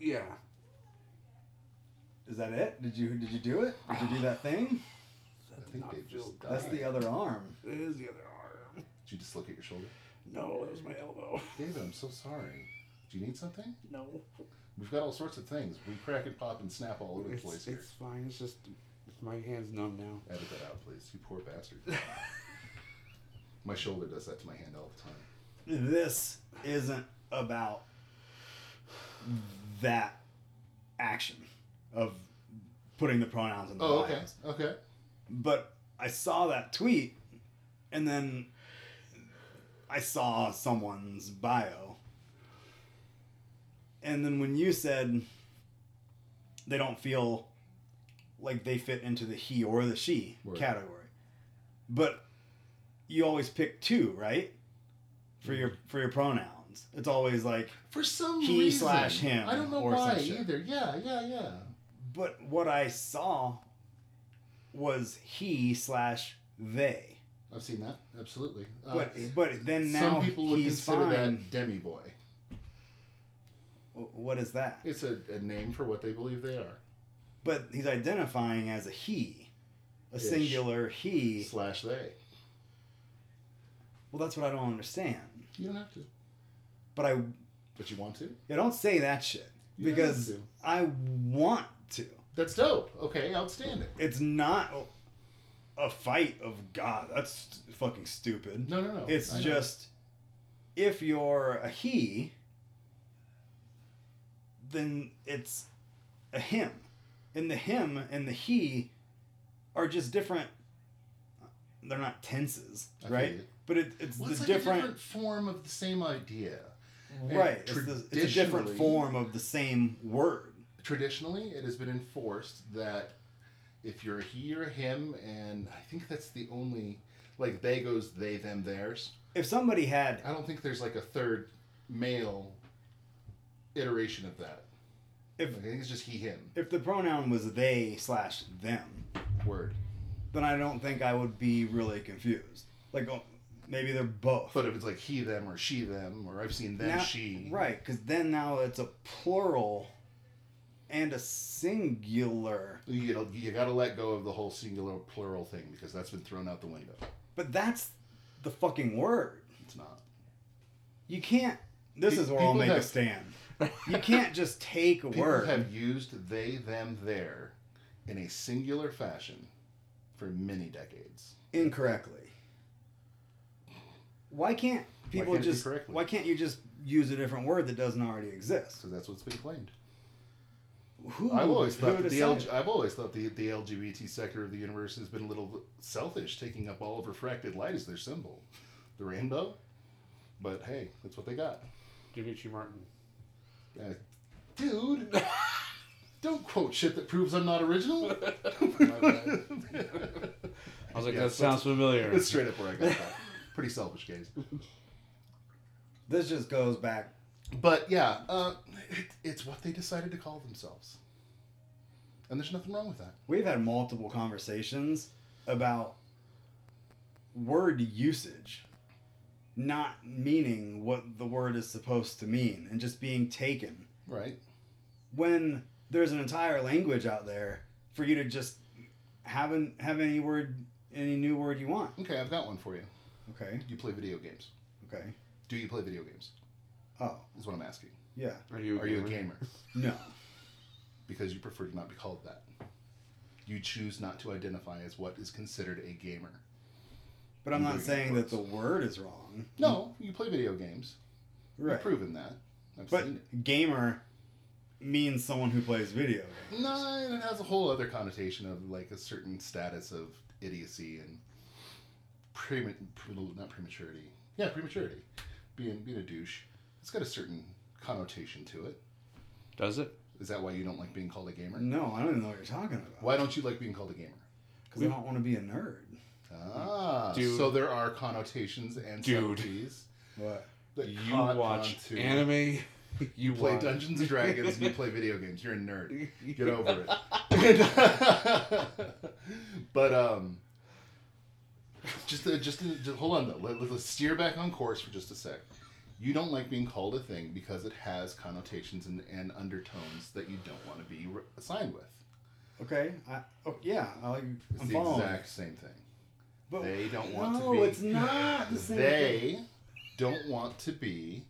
Speaker 2: Yeah.
Speaker 1: Is that it? Did you did you do it? Did you do that thing?
Speaker 2: That
Speaker 3: I think
Speaker 2: did
Speaker 3: they
Speaker 2: not feel
Speaker 3: just-
Speaker 2: good.
Speaker 1: That's the other arm.
Speaker 2: It is the other arm.
Speaker 3: Did you just look at your shoulder?
Speaker 2: No, that was my elbow.
Speaker 3: David, I'm so sorry. Do you need something?
Speaker 2: No.
Speaker 3: We've got all sorts of things. We crack and pop and snap all over the place
Speaker 2: It's,
Speaker 3: here.
Speaker 2: it's fine. It's just my hand's numb now.
Speaker 3: Edit that out, please. You poor bastard. my shoulder does that to my hand all the time.
Speaker 1: This isn't about that action of putting the pronouns in the
Speaker 3: Oh,
Speaker 1: bios.
Speaker 3: okay. Okay.
Speaker 1: but I saw that tweet, and then I saw someone's bio, and then when you said they don't feel like they fit into the he or the she
Speaker 3: Right.
Speaker 1: category, but you always pick two, right? For your for your pronouns, it's always like
Speaker 3: For some
Speaker 1: He
Speaker 3: reason.
Speaker 1: slash him,
Speaker 3: I don't know
Speaker 1: or
Speaker 3: why
Speaker 1: some shit.
Speaker 3: either. Yeah, yeah, yeah.
Speaker 1: But what I saw was he slash they.
Speaker 3: I've seen that. Absolutely. Uh,
Speaker 1: But but then now
Speaker 3: some people would
Speaker 1: he's
Speaker 3: consider
Speaker 1: fine.
Speaker 3: that demi boy.
Speaker 1: W- What is that?
Speaker 3: It's a, a name for what they believe they are.
Speaker 1: But he's identifying as a he, a
Speaker 3: Ish.
Speaker 1: singular he.
Speaker 3: Slash they.
Speaker 1: Well, that's what I don't understand.
Speaker 3: You don't have to,
Speaker 1: But I,
Speaker 3: but you want to.
Speaker 1: I don't say that shit
Speaker 3: You don't
Speaker 1: because
Speaker 3: have to.
Speaker 1: I want to.
Speaker 3: That's dope. Okay, outstanding.
Speaker 1: It's not a fight of God. That's fucking stupid.
Speaker 3: No, no, no.
Speaker 1: It's
Speaker 3: I know.
Speaker 1: just if you're a he, then it's a him. And the him and the he are just different. They're not tenses,
Speaker 3: I feel
Speaker 1: right?
Speaker 3: you.
Speaker 1: But it, it's
Speaker 3: Well,
Speaker 1: the
Speaker 3: it's like
Speaker 1: different,
Speaker 3: a different form of the same idea.
Speaker 1: right? It's, the, it's a different
Speaker 3: Traditionally-
Speaker 1: form of the same word.
Speaker 3: Traditionally, it has been enforced that if you're a he or a him, and I think that's the only like they goes they them theirs.
Speaker 1: If somebody had
Speaker 3: I don't think there's like a third male iteration of that.
Speaker 1: if
Speaker 3: Like, I think it's just he him
Speaker 1: if the pronoun was they slash them,
Speaker 3: word.
Speaker 1: then I don't think I would be really confused. Like oh, maybe they're both.
Speaker 3: But if it's like he them or she them or I've seen them
Speaker 1: Now-
Speaker 3: she
Speaker 1: Right, because then now it's a plural and a singular.
Speaker 3: You, know, you gotta let go of the whole singular plural thing because that's been thrown out the window.
Speaker 1: But that's the fucking word.
Speaker 3: It's not.
Speaker 1: You can't. This
Speaker 3: Pe-
Speaker 1: is where I'll
Speaker 3: people
Speaker 1: make a
Speaker 3: have-
Speaker 1: stand. You can't just take a
Speaker 3: People
Speaker 1: word.
Speaker 3: have used they them there in a singular fashion for many decades.
Speaker 1: incorrectly. Why can't people
Speaker 3: can't it be
Speaker 1: just?
Speaker 3: correctly?
Speaker 1: Why can't you just use a different word that doesn't already exist?
Speaker 3: So that's what's been claimed.
Speaker 1: Who?
Speaker 3: I've always
Speaker 1: who
Speaker 3: thought that the
Speaker 1: decided?
Speaker 3: LG, I've always thought the, the LGBT sector of the universe has been a little selfish, taking up all of refracted light as their symbol, the rainbow. But hey, that's what they got.
Speaker 2: Dimitri Martin.
Speaker 3: Uh, dude, don't quote shit that proves I'm not original. My bad.
Speaker 2: I was like,
Speaker 3: Yeah,
Speaker 2: that sounds familiar.
Speaker 3: That's straight up where I got that. Pretty selfish, guys.
Speaker 1: This just goes back.
Speaker 3: But yeah, uh, it, it's what they decided to call themselves, and there's nothing wrong with that.
Speaker 1: We've had multiple conversations about word usage not meaning what the word is supposed to mean and just being taken
Speaker 3: Right.
Speaker 1: when there's an entire language out there for you to just have an, have any word any new word you want
Speaker 3: Okay, I've got one for you.
Speaker 1: okay
Speaker 3: Do you play video games?
Speaker 1: okay
Speaker 3: Do you play video games?
Speaker 1: oh
Speaker 3: Is what I'm asking.
Speaker 1: yeah
Speaker 2: Are you
Speaker 3: Are you a gamer?
Speaker 1: no
Speaker 3: Because you prefer to not be called that. You choose not to identify as what is considered a gamer.
Speaker 1: but i'm
Speaker 3: I'm
Speaker 1: not
Speaker 3: doing
Speaker 1: saying that
Speaker 3: words.
Speaker 1: the word is wrong
Speaker 3: No, you play video games.
Speaker 1: right
Speaker 3: You've proven that. I've
Speaker 1: but
Speaker 3: seen it.
Speaker 1: gamer means someone who plays video games
Speaker 3: No, and it has a whole other connotation of like a certain status of idiocy and prema- pre- not prematurity. Yeah, prematurity. Being being a douche. It's got a certain connotation to it.
Speaker 2: Does it?
Speaker 3: Is that why you don't like being called a gamer?
Speaker 1: no i don't even know what you're talking about
Speaker 3: Why don't you like being called a gamer?
Speaker 1: Because I don't want to be a nerd.
Speaker 3: Ah,
Speaker 2: Dude.
Speaker 3: so there are connotations and
Speaker 2: Dude.
Speaker 3: subtleties
Speaker 1: What?
Speaker 3: that
Speaker 2: You
Speaker 3: caught
Speaker 2: watch
Speaker 3: on to-
Speaker 2: anime. You
Speaker 3: You play
Speaker 2: watch-
Speaker 3: Dungeons and Dragons and you play video games. You're a nerd. Get over it. but um, just uh, just uh, just hold on though. Let, let, let's steer back on course for just a sec. You don't like being called a thing because it has connotations and, and undertones that you don't want to be re- assigned with.
Speaker 1: Okay. I, oh, yeah, I, like- I'm
Speaker 3: It's the
Speaker 1: following.
Speaker 3: exact same thing.
Speaker 1: but
Speaker 3: they don't want to
Speaker 1: no,
Speaker 3: be-
Speaker 1: it's not the same. thing.
Speaker 3: they don't want to be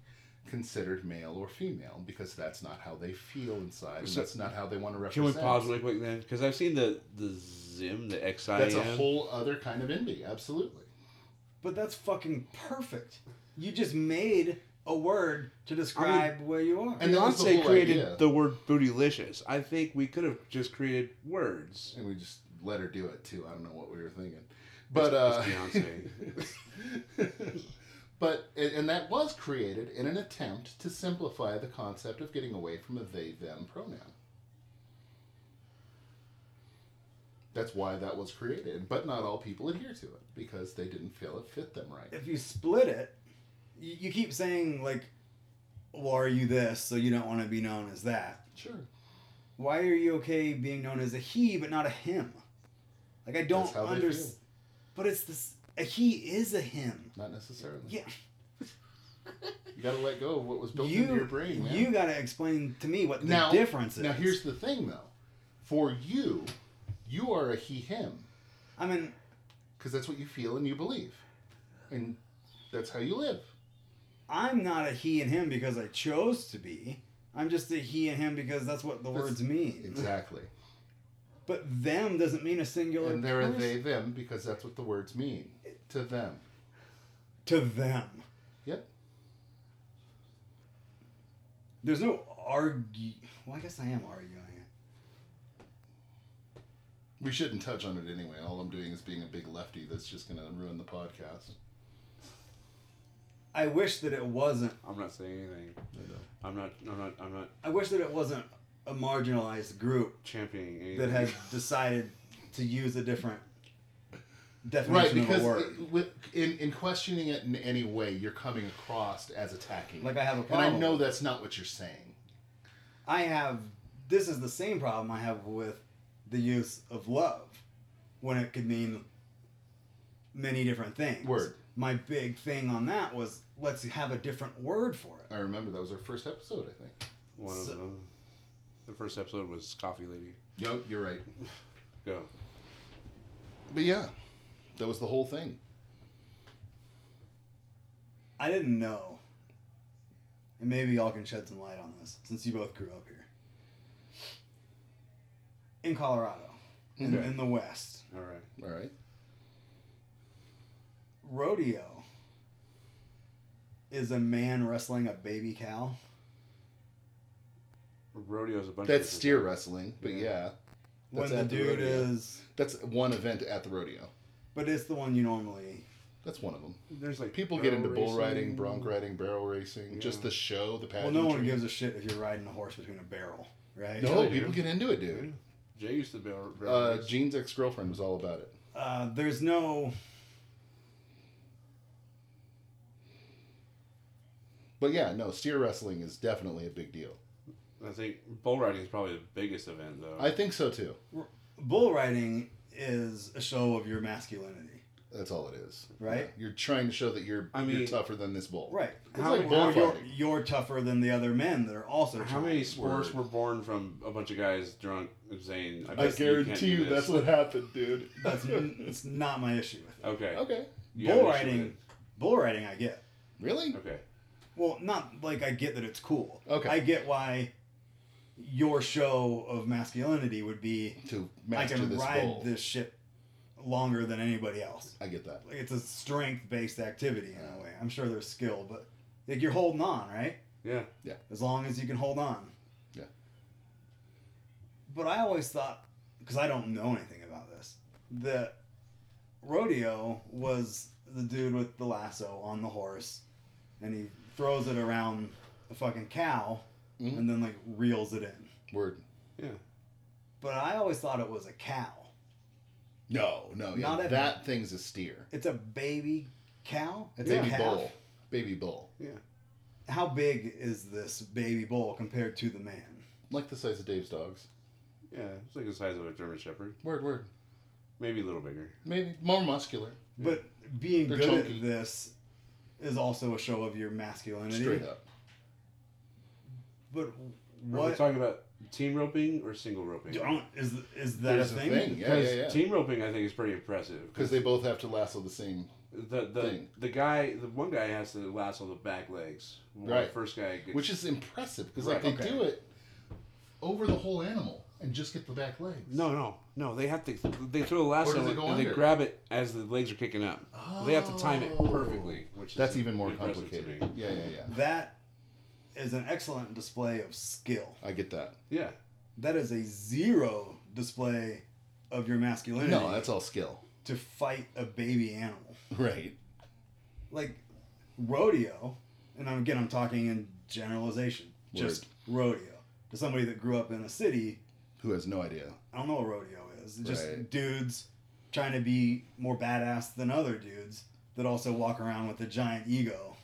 Speaker 3: considered male or female because that's not how they feel inside and
Speaker 2: So-
Speaker 3: that's not how they want to
Speaker 2: Can we
Speaker 3: represent.
Speaker 2: pause really quick then? Because I've seen the the Zim, the XIM.
Speaker 3: that's a whole other kind of envy, absolutely.
Speaker 1: But that's fucking perfect. You just made a word to describe where you are.
Speaker 3: And that was the
Speaker 2: Beyonce
Speaker 3: whole
Speaker 2: created
Speaker 3: idea.
Speaker 2: the word bootylicious. I think we could have just created words.
Speaker 3: And we just let her do it too. I don't know what we were thinking, but uh,
Speaker 2: It's
Speaker 3: but and and that was created in an attempt to simplify the concept of getting away from a they them pronoun. That's why that was created, but not all people adhere to it because they didn't feel it fit them right.
Speaker 1: if you split it, you, you keep saying, like, well, are you this, so you don't want to be known as that?
Speaker 3: Sure.
Speaker 1: Why are you okay being known as a he but not a him? Like, I don't
Speaker 3: That's how they
Speaker 1: understand.
Speaker 3: feel.
Speaker 1: But it's this. A he is a him.
Speaker 3: Not necessarily.
Speaker 1: Yeah.
Speaker 3: You gotta let go of what was built
Speaker 1: you,
Speaker 3: into your brain, man.
Speaker 1: You gotta explain to me what the
Speaker 3: Now-
Speaker 1: difference is.
Speaker 3: now here's the thing though. For you, you are a he him.
Speaker 1: I mean,
Speaker 3: Because that's what you feel and you believe. And that's how you live.
Speaker 1: I'm not a he and him because I chose to be. I'm just a he and him because that's what the
Speaker 3: That's-
Speaker 1: words mean.
Speaker 3: Exactly.
Speaker 1: But them doesn't mean a singular
Speaker 3: And there are
Speaker 1: person.
Speaker 3: they, them, because that's what the words mean. To them.
Speaker 1: to them.
Speaker 3: Yep.
Speaker 1: There's no argue. Well, I guess I am arguing it.
Speaker 3: We shouldn't touch on it anyway. All I'm doing is being a big lefty that's just going to ruin the podcast.
Speaker 1: I wish that it wasn't.
Speaker 2: I'm not saying anything.
Speaker 3: I know.
Speaker 2: I'm not. I'm not. I'm not
Speaker 1: I wish that it wasn't a marginalized group
Speaker 2: championing anything.
Speaker 1: that had decided to use a different
Speaker 3: Right,
Speaker 1: definition of
Speaker 3: because
Speaker 1: a word.
Speaker 3: it- with, in, in questioning it in any way, you're coming across as attacking.
Speaker 1: like I have a
Speaker 3: and I
Speaker 1: problem.
Speaker 3: know that's not what you're saying.
Speaker 1: I have this is the same problem I have with the use of love when it could mean many different things.
Speaker 3: Word.
Speaker 1: My big thing on that was let's have a different word for it.
Speaker 3: I remember that was our first episode, I think.
Speaker 2: One of
Speaker 1: So-
Speaker 2: them. The first episode was Coffee Lady.
Speaker 3: Yep, you're right.
Speaker 2: Go.
Speaker 3: But yeah, that was the whole thing.
Speaker 1: I didn't know. And maybe y'all can shed some light on this since you both grew up here. In Colorado, in,
Speaker 2: Okay.
Speaker 1: in the West,
Speaker 2: All right.
Speaker 3: All right.
Speaker 1: rodeo is a man wrestling a baby cow.
Speaker 2: Rodeo's a bunch.
Speaker 3: That's
Speaker 2: of
Speaker 3: steer
Speaker 2: different-
Speaker 3: wrestling, but
Speaker 2: Yeah.
Speaker 3: yeah,
Speaker 1: When
Speaker 3: That's
Speaker 1: the
Speaker 3: at the
Speaker 1: dude
Speaker 3: rodeo.
Speaker 1: is.
Speaker 3: that's one event at the rodeo.
Speaker 1: But it's the one you normally.
Speaker 3: That's one of them.
Speaker 2: There's like
Speaker 3: People get
Speaker 2: barrel
Speaker 3: into bull
Speaker 2: racing.
Speaker 3: riding, bronc riding, barrel racing,
Speaker 2: Yeah.
Speaker 3: just the show,
Speaker 1: Well,
Speaker 3: the pageantry.
Speaker 1: no one gives a shit if you're riding a horse between a barrel, right?
Speaker 3: No,
Speaker 2: Yeah, they
Speaker 3: people
Speaker 2: do.
Speaker 3: get into it, dude.
Speaker 2: Dude, Jay used to barrel. barrel
Speaker 3: Uh,
Speaker 2: race.
Speaker 3: Gene's ex girlfriend was all about it.
Speaker 1: Uh, there's no.
Speaker 3: But yeah, no, steer wrestling is definitely a big deal.
Speaker 2: I think bull riding is probably the biggest event though.
Speaker 3: I think so too.
Speaker 1: Bull riding is a show of your masculinity,
Speaker 3: That's all it is.
Speaker 1: Right.
Speaker 3: Yeah. You're trying to show that you're
Speaker 2: I
Speaker 3: you're
Speaker 2: mean-
Speaker 3: tougher than this bull.
Speaker 1: right?
Speaker 3: It's
Speaker 2: How-
Speaker 3: like
Speaker 2: how-
Speaker 1: Or you're,
Speaker 3: bullfighting.
Speaker 1: you're tougher than the other men that are also.
Speaker 2: How many
Speaker 1: trying.
Speaker 2: sports
Speaker 3: Word.
Speaker 2: were born from a bunch of guys drunk saying, "I,
Speaker 3: I
Speaker 2: bet you can't
Speaker 3: guarantee
Speaker 2: do
Speaker 3: you
Speaker 2: this."
Speaker 3: that's what happened, dude.
Speaker 1: That's it's not my issue with it.
Speaker 2: Okay.
Speaker 3: okay.
Speaker 2: You have
Speaker 1: Bull
Speaker 2: an issue
Speaker 1: riding-
Speaker 2: with
Speaker 1: Bull riding, I get.
Speaker 3: Really?
Speaker 2: it. Okay.
Speaker 1: Well, not like I get that it's cool.
Speaker 3: Okay.
Speaker 1: I get why your show of masculinity would be
Speaker 3: To
Speaker 1: I
Speaker 3: master
Speaker 1: can
Speaker 3: this
Speaker 1: ride
Speaker 3: bull.
Speaker 1: this shit longer than anybody else.
Speaker 3: I get that.
Speaker 1: Like it's a strength based activity in a way. I'm sure there's skill, but like you're holding on, right?
Speaker 2: Yeah.
Speaker 1: As long as you can hold on.
Speaker 3: Yeah.
Speaker 1: But I always thought, because I don't know anything about this, that rodeo was the dude with the lasso on the horse, and he throws it around a fucking cow,
Speaker 3: Mhm.
Speaker 1: and then like reels it in.
Speaker 3: Word.
Speaker 2: Yeah.
Speaker 1: But I always thought it was a cow.
Speaker 3: No, no, yeah,
Speaker 1: Not a-
Speaker 3: that thing's a steer.
Speaker 1: It's a baby cow. It's
Speaker 3: Baby
Speaker 1: a calf.
Speaker 3: bull. Baby bull.
Speaker 1: How big is this baby bull compared to the man?
Speaker 3: Like the size of Dave's dogs.
Speaker 2: Yeah. It's like the size of a German Shepherd,
Speaker 3: Word, word.
Speaker 2: maybe a little bigger.
Speaker 3: Maybe more muscular.
Speaker 2: Hmm.
Speaker 1: But being
Speaker 3: They're
Speaker 1: good
Speaker 3: chunky.
Speaker 1: at this is also a show of your masculinity.
Speaker 3: Straight up.
Speaker 1: But
Speaker 2: Are we
Speaker 1: what
Speaker 2: talking about team roping or single roping?
Speaker 3: um,
Speaker 1: don't is is that
Speaker 3: There's
Speaker 1: a
Speaker 3: a
Speaker 1: thing?
Speaker 3: thing. Yeah,
Speaker 2: Because
Speaker 3: yeah, yeah.
Speaker 2: team roping, I think, is pretty impressive.
Speaker 3: Because they both have to lasso the same.
Speaker 2: the the
Speaker 3: thing.
Speaker 2: the guy, the one guy has to lasso the back legs. Well,
Speaker 3: Right.
Speaker 2: The first guy, gets,
Speaker 3: Which is impressive because
Speaker 2: Right,
Speaker 3: like they
Speaker 2: okay.
Speaker 3: do it over the whole animal and just get the back legs.
Speaker 2: no, no, no. They have to. They throw the lasso
Speaker 3: does it
Speaker 2: and
Speaker 3: go
Speaker 2: they
Speaker 3: under?
Speaker 2: grab it as the legs are kicking up. They have to time it
Speaker 3: Oh.
Speaker 2: perfectly, which
Speaker 3: That's
Speaker 2: is
Speaker 3: even more
Speaker 2: impressive to
Speaker 3: complicated.
Speaker 2: me.
Speaker 3: Yeah, yeah, yeah.
Speaker 1: That is an excellent display of skill.
Speaker 3: I get that.
Speaker 2: Yeah.
Speaker 1: That is a zero display of your masculinity
Speaker 3: No, that's all skill.
Speaker 1: to fight a baby animal.
Speaker 3: Right.
Speaker 1: Like rodeo, and I'm- again I'm talking in generalization. Just rodeo. To somebody that grew up in a city,
Speaker 3: Who has no idea?
Speaker 1: I don't know what rodeo is. It's just
Speaker 3: Right.
Speaker 1: dudes trying to be more badass than other dudes that also walk around with a giant ego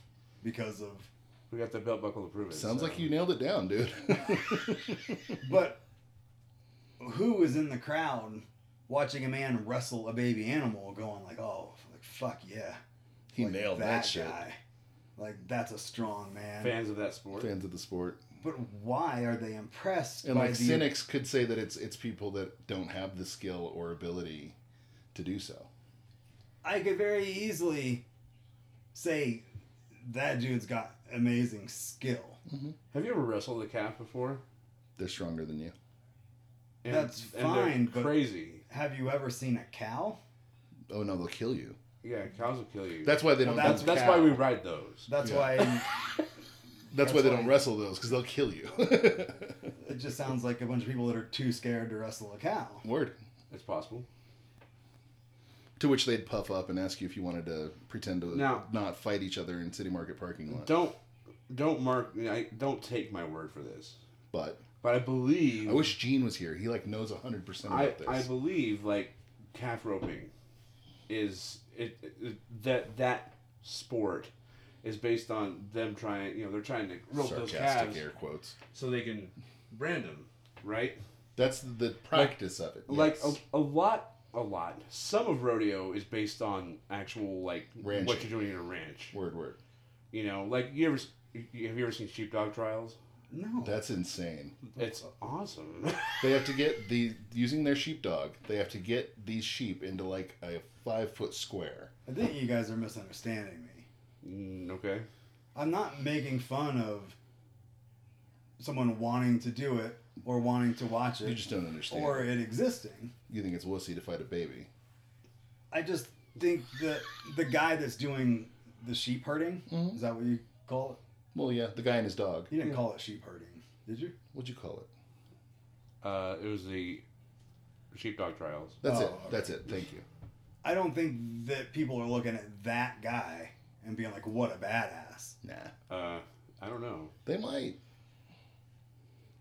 Speaker 1: because of
Speaker 2: We got the belt buckle to prove it.
Speaker 3: Sounds
Speaker 2: so.
Speaker 3: like you nailed it down, dude.
Speaker 1: But who is in the crowd watching a man wrestle a baby animal going like, oh, like fuck yeah.
Speaker 3: he
Speaker 1: Like,
Speaker 3: nailed that, shit.
Speaker 1: Like that's a strong man.
Speaker 2: fans of that sport.
Speaker 3: Fans of the sport
Speaker 1: But why are they impressed
Speaker 3: and
Speaker 1: by
Speaker 3: like
Speaker 1: the
Speaker 3: cynics could say that it's it's people that don't have the skill or ability to do so.
Speaker 1: I could very easily say that dude's got amazing skill.
Speaker 2: Mm-hmm. Have you ever wrestled a calf before?
Speaker 3: They're stronger than you.
Speaker 2: And,
Speaker 1: That's
Speaker 2: and they're
Speaker 1: fine, but-
Speaker 2: crazy.
Speaker 1: Have you ever seen a cow?
Speaker 3: Oh no, they'll kill you.
Speaker 2: Yeah, cows will kill you.
Speaker 3: That's why they
Speaker 1: Well,
Speaker 3: don't.
Speaker 2: that's,
Speaker 1: that's
Speaker 3: that's,
Speaker 2: that's why we ride those.
Speaker 1: That's
Speaker 3: Yeah.
Speaker 1: why
Speaker 3: why they
Speaker 1: that's
Speaker 3: don't
Speaker 1: why-
Speaker 3: wrestle those because they'll kill you.
Speaker 1: it just sounds like a bunch of people that are too scared to wrestle a cow.
Speaker 3: Word.
Speaker 2: It's possible.
Speaker 3: To which they'd puff up and ask you if you wanted to pretend to
Speaker 2: Now-
Speaker 3: not fight each other in City Market parking lot.
Speaker 2: Don't don't mark. I don't take my word for this,
Speaker 3: But
Speaker 2: but I believe
Speaker 3: I wish Gene was here. He like knows hundred percent
Speaker 2: I,
Speaker 3: about
Speaker 2: I
Speaker 3: this.
Speaker 2: believe like calf roping is it, it- that that sport is based on them trying you know they're trying to rope those
Speaker 3: Sarcastic
Speaker 2: calves
Speaker 3: air quotes.
Speaker 2: so they can brand them right
Speaker 3: That's the practice of it.
Speaker 2: like
Speaker 3: yes.
Speaker 2: a, a lot a lot some of rodeo is based on actual like what
Speaker 3: Ranching.
Speaker 2: you're doing in a ranch
Speaker 3: word word.
Speaker 2: you know like you ever s- you- have you ever seen sheepdog trials
Speaker 1: No.
Speaker 3: That's insane.
Speaker 2: it's awesome
Speaker 3: They have to get the using their sheepdog. They have to get these sheep into like a five foot square.
Speaker 1: I think you guys are misunderstanding me.
Speaker 2: Mm, okay
Speaker 1: I'm not making fun of someone wanting to do it or wanting to watch
Speaker 3: You
Speaker 1: it
Speaker 3: just don't understand.
Speaker 1: or it existing.
Speaker 3: you think it's wussy to fight a baby?
Speaker 1: I just think that the guy that's doing the sheep herding,
Speaker 3: Mhm.
Speaker 1: is that what you call
Speaker 3: Well, yeah, the guy and his dog.
Speaker 1: it? You didn't call it sheep herding, did you?
Speaker 3: What'd you call it?
Speaker 2: uh, it was the sheepdog trials
Speaker 3: That's
Speaker 1: Oh,
Speaker 3: it.
Speaker 1: okay.
Speaker 3: That's it. Thank you.
Speaker 1: I don't think that people are looking at that guy and being like, what a badass.
Speaker 3: Nah,
Speaker 2: uh, I don't know
Speaker 3: they might.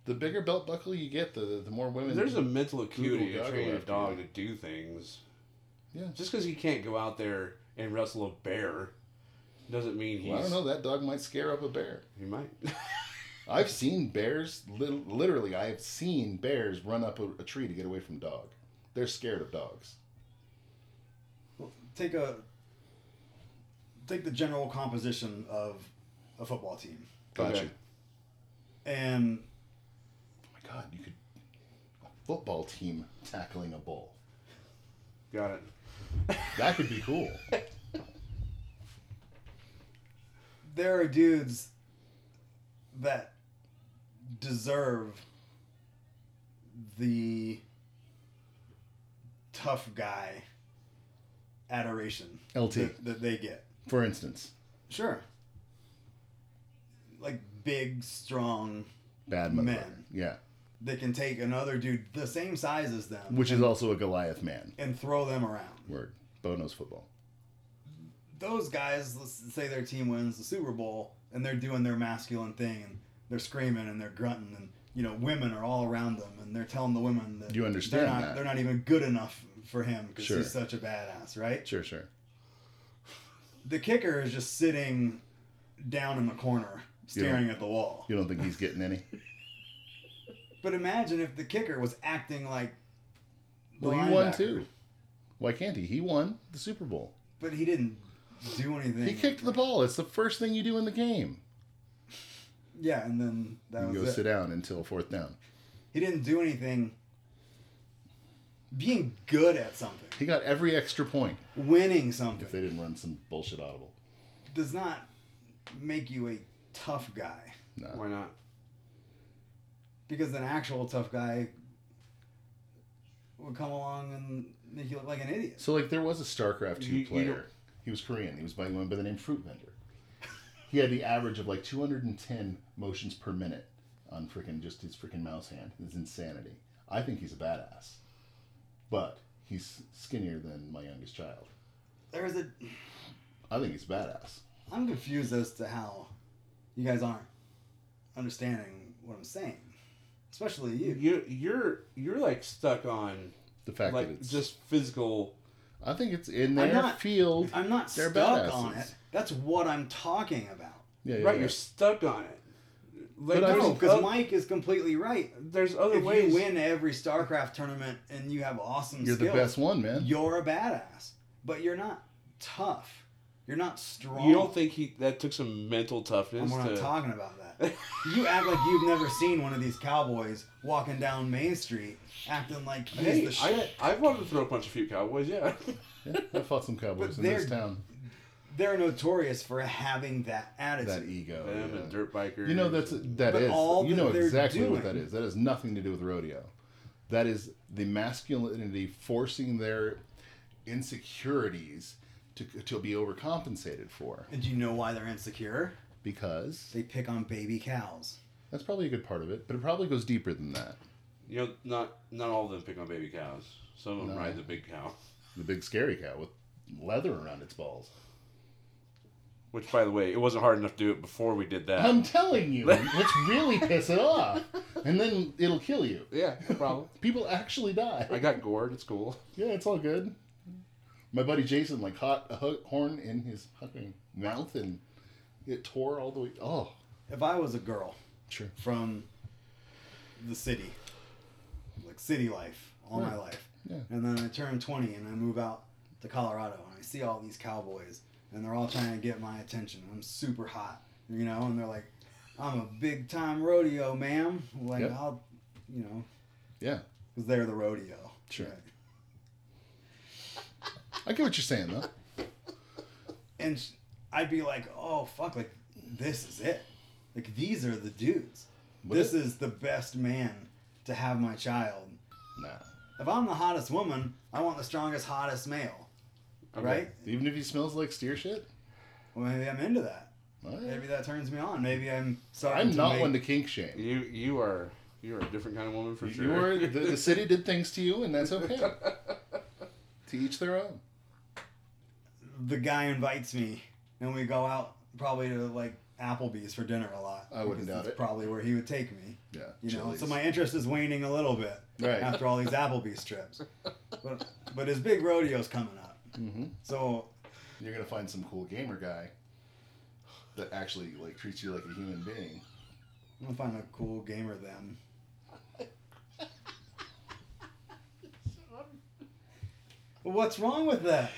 Speaker 3: The bigger belt buckle you get, the the more women.
Speaker 2: There's a mental
Speaker 3: Google
Speaker 2: acuity of
Speaker 3: goggle
Speaker 2: training a
Speaker 3: after
Speaker 2: dog
Speaker 3: you.
Speaker 2: to do things.
Speaker 3: Yeah.
Speaker 2: Just because he can't go out there and wrestle a bear doesn't mean he's.
Speaker 3: Well, I don't know. That dog might scare up a bear.
Speaker 2: He might.
Speaker 3: I've seen bears. Lit- literally, I've seen bears run up a, a tree to get away from dog. They're scared of dogs.
Speaker 1: Well, take a take the general composition of a football team
Speaker 3: Gotcha.
Speaker 2: Okay.
Speaker 1: and
Speaker 3: Oh my god, you could a football team tackling a bull.
Speaker 2: Got it.
Speaker 3: That could be cool.
Speaker 1: there are dudes that deserve the tough guy adoration
Speaker 3: LT.
Speaker 1: That, that they get
Speaker 3: For instance,
Speaker 1: sure like big strong
Speaker 3: bad motherfucker.
Speaker 1: Man.
Speaker 3: Yeah,
Speaker 1: that can take another dude the same size as them
Speaker 3: which is also a Goliath man.
Speaker 1: and throw them around
Speaker 3: Word. Bo knows football.
Speaker 1: those guys, let's say their team wins the Super Bowl and they're doing their masculine thing and they're screaming and they're grunting and you know women are all around them and they're telling the women that
Speaker 3: You understand
Speaker 1: they're not
Speaker 3: that.
Speaker 1: they're not even good enough for him because
Speaker 3: Sure.
Speaker 1: he's such a badass, right?
Speaker 3: Sure, sure.
Speaker 1: The kicker is just sitting down in the corner staring at the wall.
Speaker 3: You don't think he's getting any?
Speaker 1: But imagine if the kicker was acting like the
Speaker 3: Well, he won
Speaker 1: linebacker,
Speaker 3: too. Why can't he? He won the Super Bowl.
Speaker 1: but he didn't do anything.
Speaker 3: He kicked the ball. It's the first thing you do in the game.
Speaker 1: Yeah, and then that
Speaker 3: you go
Speaker 1: was it.
Speaker 3: sit down until fourth down.
Speaker 1: He didn't do anything. Being good at something,
Speaker 3: He got every extra point
Speaker 1: winning
Speaker 3: if they
Speaker 1: something,
Speaker 3: didn't run some bullshit audible.
Speaker 1: does not make you a tough guy.
Speaker 3: No.
Speaker 2: Why not?
Speaker 1: Because an actual tough guy would come along and make you look like an idiot.
Speaker 3: So like there was a StarCraft
Speaker 2: You-
Speaker 3: two
Speaker 2: you
Speaker 3: player.
Speaker 2: don't-
Speaker 3: he was Korean. He was by one by the name Fruit Vendor. He had the average of like 210 motions per minute on freaking just his freaking mouse hand. It's insanity. I think he's a badass, but he's skinnier than my youngest child.
Speaker 1: There's a.
Speaker 3: I think he's badass.
Speaker 1: I'm confused as to how you guys aren't understanding what I'm saying. Especially you.
Speaker 2: You you're you're like stuck on
Speaker 3: The fact
Speaker 2: like
Speaker 3: that it's
Speaker 2: just physical.
Speaker 3: I think it's in
Speaker 1: I'm
Speaker 3: their
Speaker 1: not-
Speaker 3: field.
Speaker 1: I'm not
Speaker 3: They're
Speaker 1: stuck on
Speaker 3: badasses.
Speaker 1: it. That's what I'm talking about.
Speaker 3: yeah, yeah,
Speaker 2: right,
Speaker 3: yeah.
Speaker 2: you're stuck on it. Like
Speaker 3: But I
Speaker 2: there's,
Speaker 1: No,
Speaker 3: think-
Speaker 1: because
Speaker 2: oth-
Speaker 1: Mike is completely right.
Speaker 2: there's other
Speaker 1: if
Speaker 2: ways.
Speaker 1: you win every StarCraft tournament and you have awesome
Speaker 3: You're the
Speaker 1: skills,
Speaker 3: best one, man.
Speaker 1: you're a badass. But you're not tough. You're not strong.
Speaker 2: You don't think he that took some mental
Speaker 1: And
Speaker 2: toughness
Speaker 1: we're not
Speaker 2: to
Speaker 1: talking about that. you act like you've never seen one of these cowboys walking down Main Street acting like he's
Speaker 2: Hey,
Speaker 1: the shit.
Speaker 2: I, I wanted to throw a punch a few cowboys, yeah.
Speaker 3: Yeah, I fought some cowboys
Speaker 1: But
Speaker 3: in this
Speaker 1: they're-
Speaker 3: town.
Speaker 1: They're notorious for having that attitude.
Speaker 3: That e- ego.
Speaker 2: Them
Speaker 3: Oh, yeah.
Speaker 2: and dirt bikers.
Speaker 3: You know that's
Speaker 2: and-
Speaker 3: that
Speaker 1: But
Speaker 3: is.
Speaker 1: all
Speaker 3: You
Speaker 1: that
Speaker 3: know
Speaker 1: they're
Speaker 3: exactly what that
Speaker 1: doing-
Speaker 3: is. That has nothing to do with rodeo. That is the masculinity forcing their insecurities to, to be overcompensated for.
Speaker 1: And do you know why they're insecure?
Speaker 3: Because
Speaker 1: They pick on baby cows.
Speaker 3: that's probably a good part of it, but it probably goes deeper than that.
Speaker 2: You know, not not all of them pick on baby cows. Some of them
Speaker 3: No.
Speaker 2: ride the big cow.
Speaker 3: The big scary cow with leather around its balls.
Speaker 2: Which, by the way, it wasn't hard enough to do it before we did that.
Speaker 3: I'm telling you, let's really piss it off, and then it'll kill you.
Speaker 2: yeah, no problem.
Speaker 3: People actually die.
Speaker 2: I got gored. It's cool.
Speaker 3: Yeah, it's all good. My buddy Jason like caught a ho- horn in his fucking mouth and it tore all the way. Oh,
Speaker 1: If I was a girl
Speaker 3: sure.
Speaker 1: from the city, like city life, all my
Speaker 3: Right.
Speaker 1: life,
Speaker 3: Yeah.
Speaker 1: and then I turn 20 and I move out to Colorado and I see all these cowboys and they're all trying to get my attention. I'm super hot, you know, and they're like, I'm a big time rodeo, ma'am. Like,
Speaker 3: Yep.
Speaker 1: I'll, you know,
Speaker 3: Yeah,
Speaker 1: because they're the rodeo.
Speaker 3: Sure.
Speaker 1: right?
Speaker 3: I get what you're saying though.
Speaker 1: and sh- I'd be like, oh fuck, like this is it. Like these are the dudes.
Speaker 3: Would
Speaker 1: this
Speaker 3: it?
Speaker 1: is the best man to have my child.
Speaker 3: Nah,
Speaker 1: If I'm the hottest woman, I want the strongest, hottest male,
Speaker 2: Okay.
Speaker 1: right?
Speaker 3: even if he smells like steer shit.
Speaker 1: Well, maybe I'm into that.
Speaker 3: well,
Speaker 1: Maybe that turns me on. Maybe I'm sorry.
Speaker 3: I'm not
Speaker 1: make,
Speaker 3: one to kink shame.
Speaker 2: You you are you are a different kind of woman for sure.
Speaker 3: You were the, the city did things to you, and that's okay. to each their own.
Speaker 1: The guy invites me, and we go out probably to like Applebee's for dinner a lot.
Speaker 3: I
Speaker 1: because
Speaker 3: wouldn't doubt
Speaker 1: that's
Speaker 3: it.
Speaker 1: Probably where he would take me.
Speaker 3: Yeah,
Speaker 1: You know,
Speaker 3: Chili's.
Speaker 1: so my interest is waning a little bit
Speaker 3: Right.
Speaker 1: after all these Applebee's trips. But but his big rodeo's coming up,
Speaker 3: Mhm.
Speaker 1: so
Speaker 3: You're gonna find some cool gamer guy that actually like treats you like a human being.
Speaker 1: I'm gonna find a cool gamer them. What's wrong with that?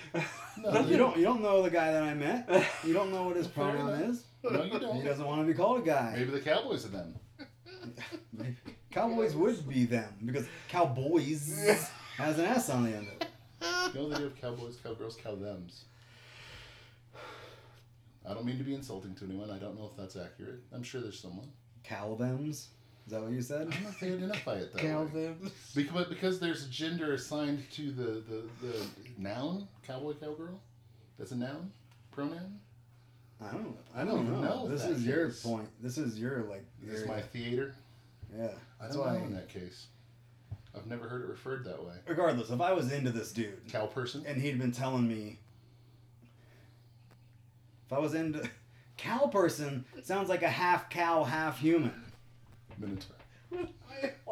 Speaker 3: No,
Speaker 1: You don't you don't know the guy that I met. You don't know what his pronoun
Speaker 3: enough.
Speaker 1: is.
Speaker 3: No, you
Speaker 1: He
Speaker 3: don't.
Speaker 1: doesn't want to be called a guy.
Speaker 3: Maybe the Cowboys are them.
Speaker 1: Cowboys would be them because cowboys has an S on the end of it.
Speaker 3: No, they do have cowboys, cowgirls, cow thems. I don't mean to be insulting to anyone. I don't know if that's accurate. I'm sure there's someone.
Speaker 1: Cow thems. Is that what you said?
Speaker 3: I'm not they identify it that way.
Speaker 2: Calvin.
Speaker 3: Bec- but because there's a gender assigned to the, the, the noun, cowboy, cowgirl, that's a noun, pronoun.
Speaker 1: I don't. I
Speaker 3: I don't
Speaker 1: don't know.
Speaker 3: even know if
Speaker 1: this
Speaker 3: that
Speaker 1: is your
Speaker 3: is.
Speaker 1: point. This is your like.
Speaker 3: This is
Speaker 1: area.
Speaker 3: my theater.
Speaker 1: yeah.
Speaker 3: I
Speaker 1: That's
Speaker 3: don't know
Speaker 1: why.
Speaker 3: in that case. I've never heard it referred that way.
Speaker 1: Regardless, if I was into this dude,
Speaker 3: Cow person?
Speaker 1: and he'd been telling me if I was into cow person sounds like a half cow, half human.
Speaker 3: Minotaur.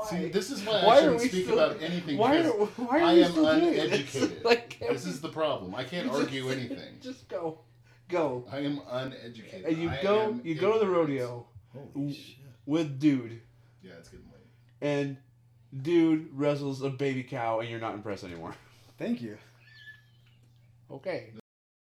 Speaker 3: See, this is why,
Speaker 2: Why
Speaker 3: I
Speaker 2: are
Speaker 3: shouldn't
Speaker 2: we
Speaker 3: speak
Speaker 2: still-
Speaker 3: about anything.
Speaker 2: why are-
Speaker 3: because
Speaker 2: why are
Speaker 3: I
Speaker 2: we
Speaker 3: am
Speaker 2: still doing this?
Speaker 3: uneducated.
Speaker 2: Like, can't
Speaker 3: this
Speaker 2: we-
Speaker 3: is the problem. I can't argue anything.
Speaker 2: Just go, go.
Speaker 3: I am uneducated.
Speaker 2: And you
Speaker 3: I
Speaker 2: go
Speaker 3: am
Speaker 2: you go to the
Speaker 3: ignorant.
Speaker 2: rodeo
Speaker 1: Holy
Speaker 2: Ooh.
Speaker 1: shit.
Speaker 2: with dude,
Speaker 3: Yeah, it's getting late.
Speaker 2: and dude wrestles a baby cow, and you're not impressed anymore.
Speaker 1: Thank you.
Speaker 2: Okay.